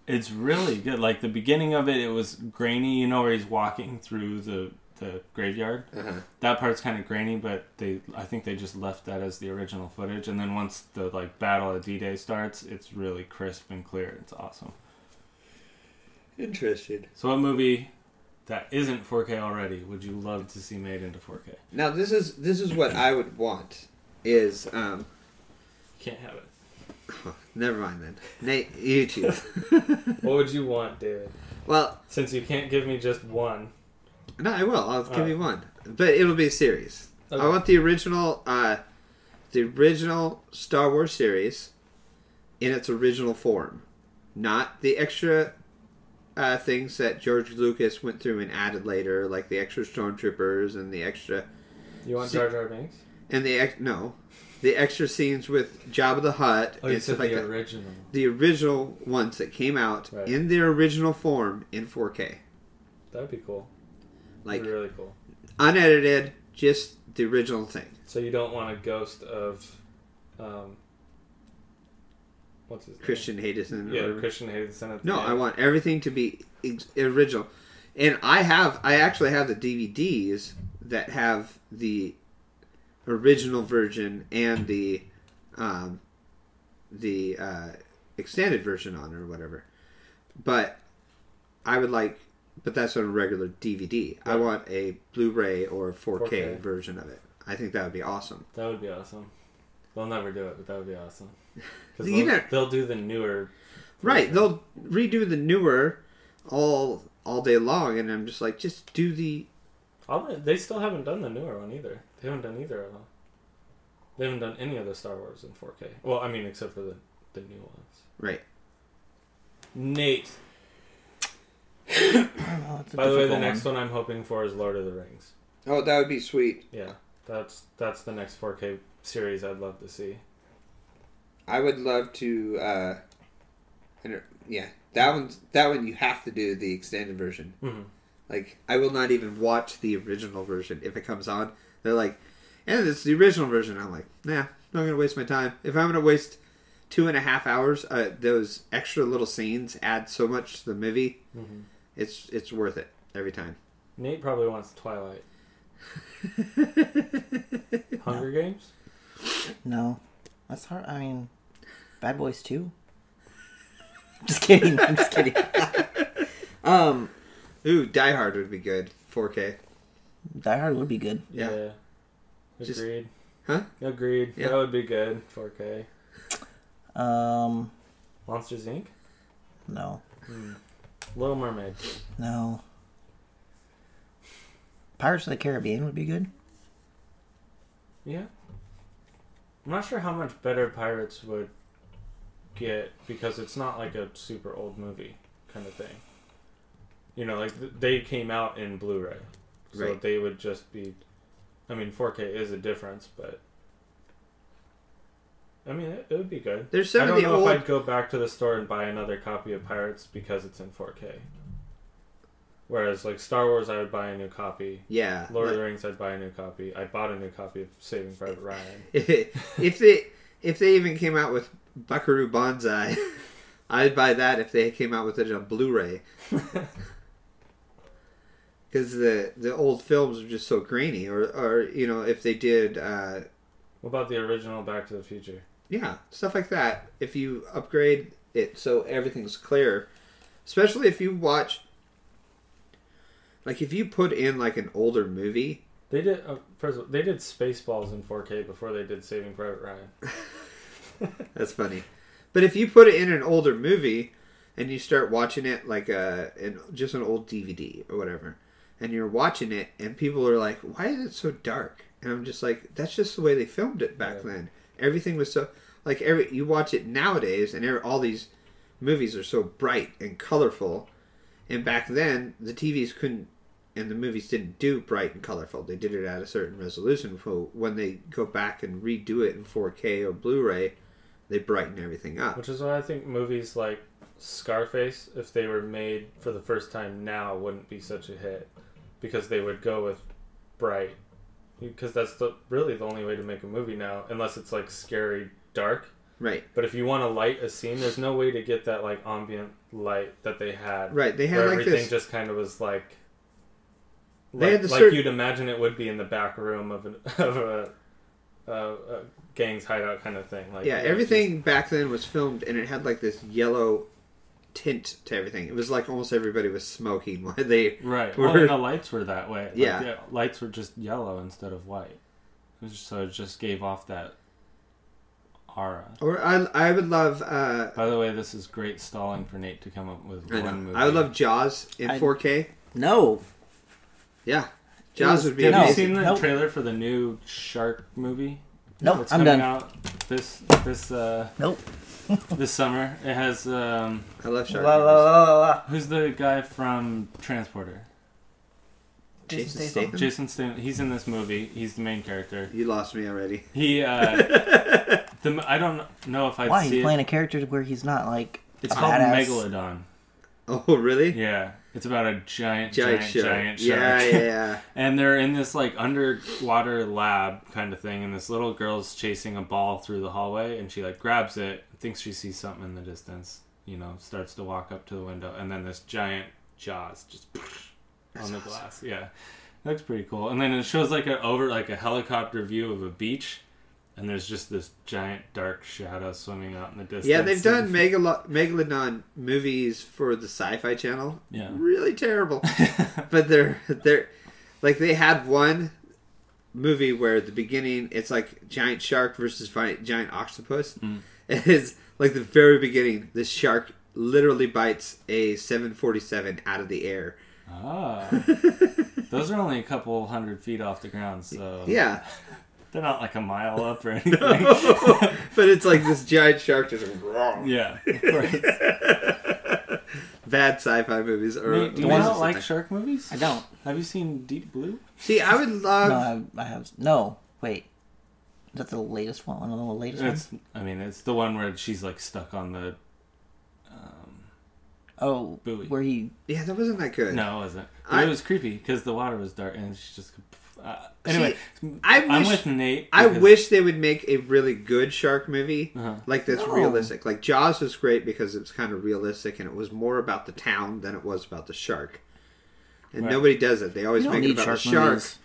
S2: it's really good. Like the beginning of it, it was grainy. You know where he's walking through the the graveyard.
S1: Uh-huh.
S2: That part's kind of grainy, but they I think they just left that as the original footage. And then once the like battle of D Day starts, it's really crisp and clear. It's awesome.
S1: Interested.
S2: So, what movie that isn't 4K already would you love to see made into 4K?
S1: Now this is this is what I would want is um
S2: Can't have it.
S1: never mind then. Nate, you choose.
S4: What would you want, David?
S1: well,
S4: Since you can't give me just one.
S1: no, I will. I'll give
S4: Alright.
S1: you one, but it'll be a series. I want the original, uh, the original Star Wars series in its original form, not the extra uh, things that George Lucas went through and added later, like the extra stormtroopers and the extra
S4: You want
S1: See-
S4: Jar Jar Binks?
S1: and the ex- no, the extra scenes with Jabba the Hutt
S4: Oh, you
S1: and
S4: said
S1: stuff like
S4: the
S1: that.
S4: original.
S1: the original ones that came out
S4: Right.
S1: in their original form in 4K,
S4: That'd be cool.
S1: like
S4: That'd be really cool.
S1: unedited, just the original thing.
S4: So you don't want a ghost of, um, what's his name?
S1: Christian Hayden.
S4: Yeah, Christian Hayden at the
S1: No,
S4: end.
S1: I want everything to be ex- original. And I have, I actually have the DVDs that have the original version and the, um, the uh, extended version on or whatever. But I would like, but that's on a regular DVD. I
S4: Right.
S1: want a Blu-ray or 4K,
S4: 4K.
S1: version of it. I think that would be awesome.
S4: That would be awesome. They'll never do it, but that would be awesome. 'Cause
S1: You
S4: they'll,
S1: know-
S4: they'll do the newer.
S1: Right,
S4: version.
S1: they'll redo the newer all all day long, and I'm just like, just do the
S4: All the- they still haven't done the newer one either. They haven't done either of them. They haven't done any of the Star Wars in 4K. Well, I mean, except for the, the new ones.
S1: right.
S4: Nate.
S3: I don't know, it's a
S4: By the way, the
S3: difficult
S4: next
S3: one.
S4: one I'm hoping for is Lord of the Rings.
S1: Oh, that would be sweet.
S4: Yeah, that's that's the next 4K series I'd love to see.
S1: I would love to. Uh, I don't- yeah, that one's that one you have to do the extended version.
S4: Mhm.
S1: Like, I will not even watch the original version if it comes on. They're like, and it's the original version. I'm like, nah, not gonna waste my time. If I'm gonna waste two and a half hours, uh, those extra little scenes add so much to the movie.
S4: Mhm.
S1: It's it's worth it every time.
S4: Nate probably wants Twilight, Hunger Games.
S3: No, that's hard. I mean, Bad Boys Two. Just kidding. I'm just kidding. um,
S1: Ooh, Die Hard would be good. 4K.
S3: Die Hard would be good.
S1: Yeah. Just-
S4: Agreed.
S1: Huh?
S4: Agreed.
S1: Yeah.
S4: That would be good. 4K.
S3: Um,
S4: Monsters Inc. Hmm.
S3: no,
S4: Little Mermaid.
S3: no. Pirates of the Caribbean would be good.
S4: Yeah. I'm not sure how much better Pirates would get because it's not like a super old movie kind of thing. You know, like th- they came out in Blu-ray, so
S1: Right.
S4: they would just be. I mean, 4K is a difference, but I mean, it, it would be good.
S1: There's some
S4: I
S1: of
S4: don't
S1: the
S4: know
S1: old.
S4: if I'd go back to the store and buy another copy of Pirates because it's in 4K. Whereas like Star Wars, I would buy a new copy.
S1: Yeah.
S4: Lord of
S1: like-
S4: the Rings, I'd buy a new copy. I bought a new copy of Saving Private Ryan.
S1: if they if they even came out with Buckaroo Banzai, I'd buy that if they came out with it on Blu-ray. Because the the old films are just so grainy, or or you know if they did, uh,
S4: What about the original Back to the Future?
S1: yeah, stuff like that. If you upgrade it so everything's clear, especially if you watch, like if you put in like an older movie,
S4: They did. Uh, first, of all, they did Spaceballs in 4K before they did Saving Private Ryan.
S1: That's funny. But if you put it in an older movie and you start watching it like a in just an old DVD or whatever, and you're watching it and people are like, "Why is it so dark?" And I'm just like, "That's just the way they filmed it back
S4: Yeah.
S1: then. Everything was so like every you watch it nowadays and every, all these movies are so bright and colorful. And back then, the TVs couldn't and the movies didn't do bright and colorful. They did it at a certain resolution. So when they go back and redo it in 4K or Blu-ray, they brighten everything up.
S4: Which is why I think movies like Scarface, if they were made for the first time now, wouldn't be such a hit because they would go with bright. Because that's the really the only way to make a movie now, unless it's like scary dark.
S1: Right,
S4: But if you want to light a scene, there's no way to get that like ambient light that they had.
S1: right. They had
S4: where
S1: like
S4: everything
S1: this.
S4: just kind of was like.
S1: They
S4: Like,
S1: had the
S4: like
S1: cer-
S4: you'd imagine it would be in the back room of an of a, a, a gang's hideout kind of thing. Like
S1: yeah,
S4: it was
S1: everything back then was filmed, and it had like this yellow tint to everything. It was like almost everybody was smoking while they.
S2: Right.
S1: Were-
S2: Well, and the lights were that way. Like,
S1: Yeah.
S2: The lights were just yellow instead of white. It was just- so it just gave off that aura.
S1: Or I, I would love. Uh,
S2: By the way, this is great stalling for Nate to come up with
S1: I,
S2: one
S1: know,
S2: movie.
S1: I would love Jaws in
S3: I-
S1: 4K.
S3: No.
S1: Yeah,
S3: It
S1: Jaws
S3: was-
S1: would be
S3: did
S2: Have you
S1: amazing.
S2: seen the
S3: Nope.
S2: trailer for the new shark movie?
S3: Nope.
S2: It's
S3: I'm
S2: coming
S3: done.
S2: out this this uh,
S3: Nope.
S2: this summer. It has um,
S1: I love shark.
S3: La, la,
S1: movies.
S3: la, la, la.
S2: who's the guy from Transporter?
S1: Jason
S3: Jason
S1: Statham.
S3: Statham.
S2: Jason Statham. He's in this movie. He's the main character.
S1: You lost me already.
S2: He uh, the m- I don't know if I'd
S3: Why?
S2: see
S3: He's
S2: it.
S3: playing a character where he's not like.
S2: It's
S3: a
S2: called
S3: badass.
S2: Megalodon.
S1: Oh, really?
S2: Yeah, it's about a giant,
S1: Giant,
S2: giant,
S1: shark.
S2: giant shark.
S1: Yeah, yeah, yeah.
S2: And they're in this like underwater lab kind of thing, and this little girl's chasing a ball through the hallway, and she like grabs it, thinks she sees something in the distance, you know, starts to walk up to the window, and then this giant jaws just on the glass. Yeah, that's pretty cool. And then it shows like a over like a helicopter view of a beach, and there's just this giant dark shadow swimming out in the distance.
S1: Yeah, they've done Megalo- Megalodon movies for the Sci-Fi Channel.
S2: Yeah.
S1: really terrible. but they're they're like they had one movie where at the beginning it's like giant shark versus fi- giant octopus.
S2: Mm.
S1: It is like the very beginning. This shark literally bites a 747 out of the air.
S2: Ah, those are only a couple hundred feet off the ground, so
S1: Yeah,
S2: they're not like a mile up or anything.
S1: but it's like this giant shark just wrong.
S2: yeah, of course.
S1: Bad sci-fi movies are
S2: Nate, do you
S1: movies
S2: not
S1: that-
S2: like shark movies?
S3: I don't.
S2: Have you seen Deep Blue?
S1: See, I would love.
S3: No, I, I have no. Wait, is that the latest one? One of the latest ones?
S2: It's, I mean, it's the one where she's like stuck on the.
S3: Oh,
S2: Buoy.
S3: where he?
S1: yeah, that wasn't that good.
S2: No, it wasn't.
S1: I-
S2: it was creepy because the water was dark and she just. Uh, anyway,
S1: I
S2: I'm
S1: wish-
S2: with Nate.
S1: I
S2: because- Uh-huh.
S1: wish they would make a really good shark movie, like that's
S3: No.
S1: realistic. Like Jaws was great because it was kind of realistic, and it was more about the town than it was about the shark. And
S2: Right.
S1: nobody does it. They always
S3: You
S1: make
S3: don't
S1: it
S3: need
S1: about the
S3: shark
S1: shark,
S3: movies.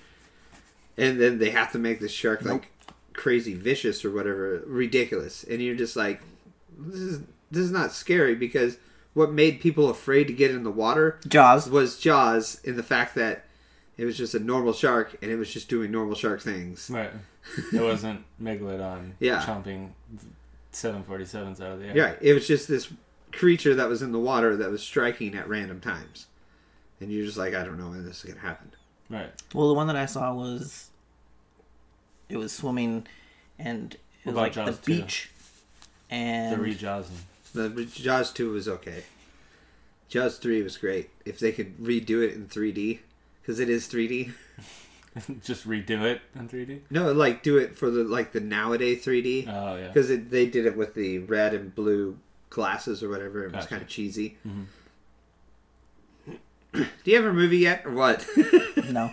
S1: and then they have to make the shark
S3: Nope.
S1: like crazy vicious or whatever, ridiculous. And you're just like, this is this is not scary because what made people afraid to get in the water
S3: Jaws.
S1: was Jaws, in the fact that it was just a normal shark and it was just doing normal shark things.
S2: Right. It wasn't Megalodon
S1: Yeah.
S2: chomping 747s out of the air.
S1: Yeah, it was just this creature that was in the water that was striking at random times. And you're just like, I don't know when this is going to happen.
S2: Right.
S3: Well, the one that I saw was it was swimming, and it was
S2: about
S3: like
S2: Jaws
S3: the
S2: 2?
S3: beach, and
S2: The re-jawsing.
S1: The but Jaws 2 was okay. Jaws 3 was great. If they could redo it in 3D, because it is 3D.
S2: just redo it in 3D?
S1: No, like do it for the like the nowadays 3D.
S2: Oh, yeah.
S1: because they did it with the red
S2: Mm-hmm.
S1: and blue glasses or whatever. It was
S2: Gotcha.
S1: kind of cheesy. Do you have a movie yet, or what?
S3: No.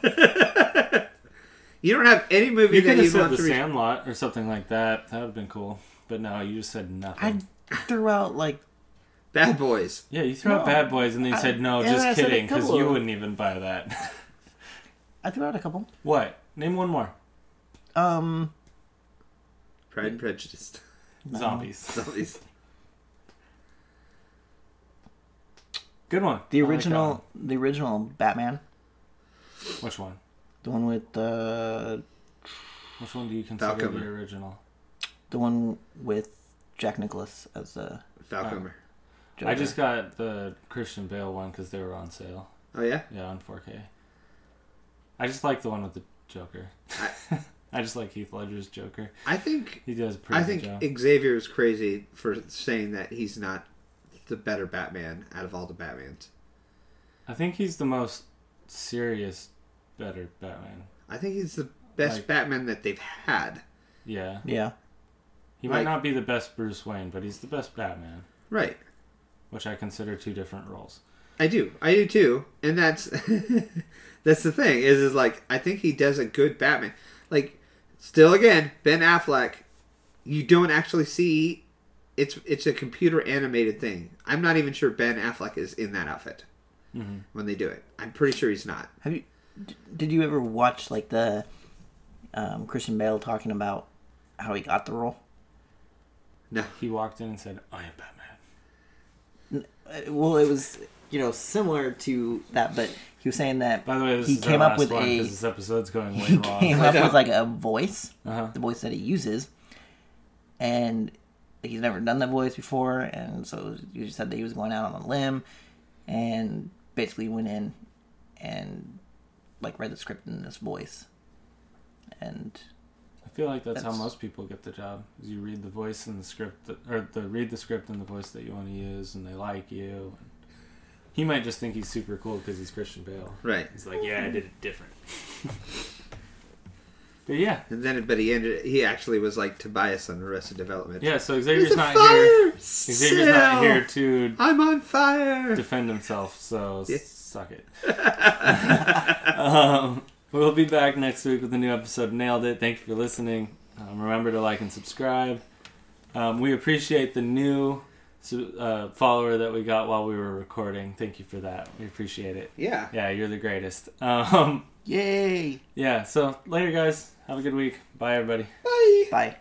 S1: you don't have any movie
S2: You
S1: that
S2: could have
S1: you
S2: said
S1: want
S2: the
S1: to read.
S2: Sandlot or something like that. That would have been cool. But no, you just said
S3: I
S2: nothing.
S3: threw out like
S1: Bad Boys.
S2: yeah, you threw out
S3: No.
S2: Bad Boys and then you
S3: I-
S2: said no.
S3: yeah, I
S2: Just
S3: said a
S2: kidding, because
S3: couple
S2: you
S3: of-
S2: wouldn't even buy that.
S3: I threw out a couple.
S2: what? Name one more.
S3: Um,
S1: Pride and Prejudice.
S2: Zombies.
S1: Zombies.
S2: Good one.
S3: the
S2: I like that
S3: original, the original Batman,
S2: one. Which one?
S3: the one with uh,
S2: Which one do you consider
S1: Falconer.
S2: the original?
S3: the one with Jack Nicholas as the.
S1: Falcomer.
S3: Joker.
S2: I just got the Christian Bale one because they were on sale.
S1: Oh yeah.
S2: Yeah, on 4K. I just like the one with the Joker. I just like Heath Ledger's Joker.
S1: I think
S2: He does a pretty
S1: I
S2: good
S1: think
S2: job.
S1: Xavier is crazy for saying that he's not the better Batman out of all the Batmans.
S2: I think he's the most serious, better Batman.
S1: I think he's the best
S2: Like-
S1: Batman that they've had.
S2: Yeah,
S3: yeah.
S2: he might
S1: Like-
S2: not be the best Bruce Wayne, but he's the best Batman,
S1: Right.
S2: which I consider two different roles.
S1: I do. I do too. And that's that's the thing is is like I think he does a good Batman. Like still again, Ben Affleck, you don't actually see it's it's a computer animated thing. I'm not even sure Ben Affleck is in that outfit
S2: Mm-hmm.
S1: when they do it. I'm pretty sure he's not.
S3: Have you? d- Did you ever watch like the um, Christian Bale talking about how he got the role?
S1: No.
S2: He walked in and said, "I am Batman."
S3: Uh, Well, it was you know similar to that, but he was saying that
S2: By the way, this
S3: he
S2: is
S3: came
S2: our last
S3: up with
S2: one
S3: a
S2: 'cause this episode's going way
S3: he
S2: wrong.
S3: came up
S1: Yeah.
S3: with like a voice,
S2: Uh-huh.
S3: the voice that he uses, and he's never done that voice before, and so he just said that he was going out on a limb, and basically went in and like read the script in this voice, and
S2: I feel like that's,
S3: That's-
S2: how most people get the job. Is you read the voice and the script, that, or the read the script and the voice that you want to use, and they like you. And he might just think he's super cool because he's Christian Bale.
S1: Right.
S2: He's like, yeah, I did it different. but yeah,
S1: And then, but he ended. He actually was like Tobias on Arrested Development.
S2: yeah. So
S1: He's
S2: Xavier's
S1: on
S2: not here.
S1: fire.
S2: Xavier's not
S1: Still.
S2: here to
S1: I'm on fire.
S2: defend himself. So
S1: Yeah.
S2: suck it. um, we'll be back next week with a new episode. of Nailed it. Thank you for listening. Um, remember to like and subscribe. Um, we appreciate the new su- uh, follower that we got while we were recording. Thank you for that. We appreciate it.
S1: Yeah.
S2: Yeah, you're the greatest. Um,
S3: yay!
S2: yeah. So later, guys. Have a good week. Bye, everybody.
S1: Bye.
S3: Bye.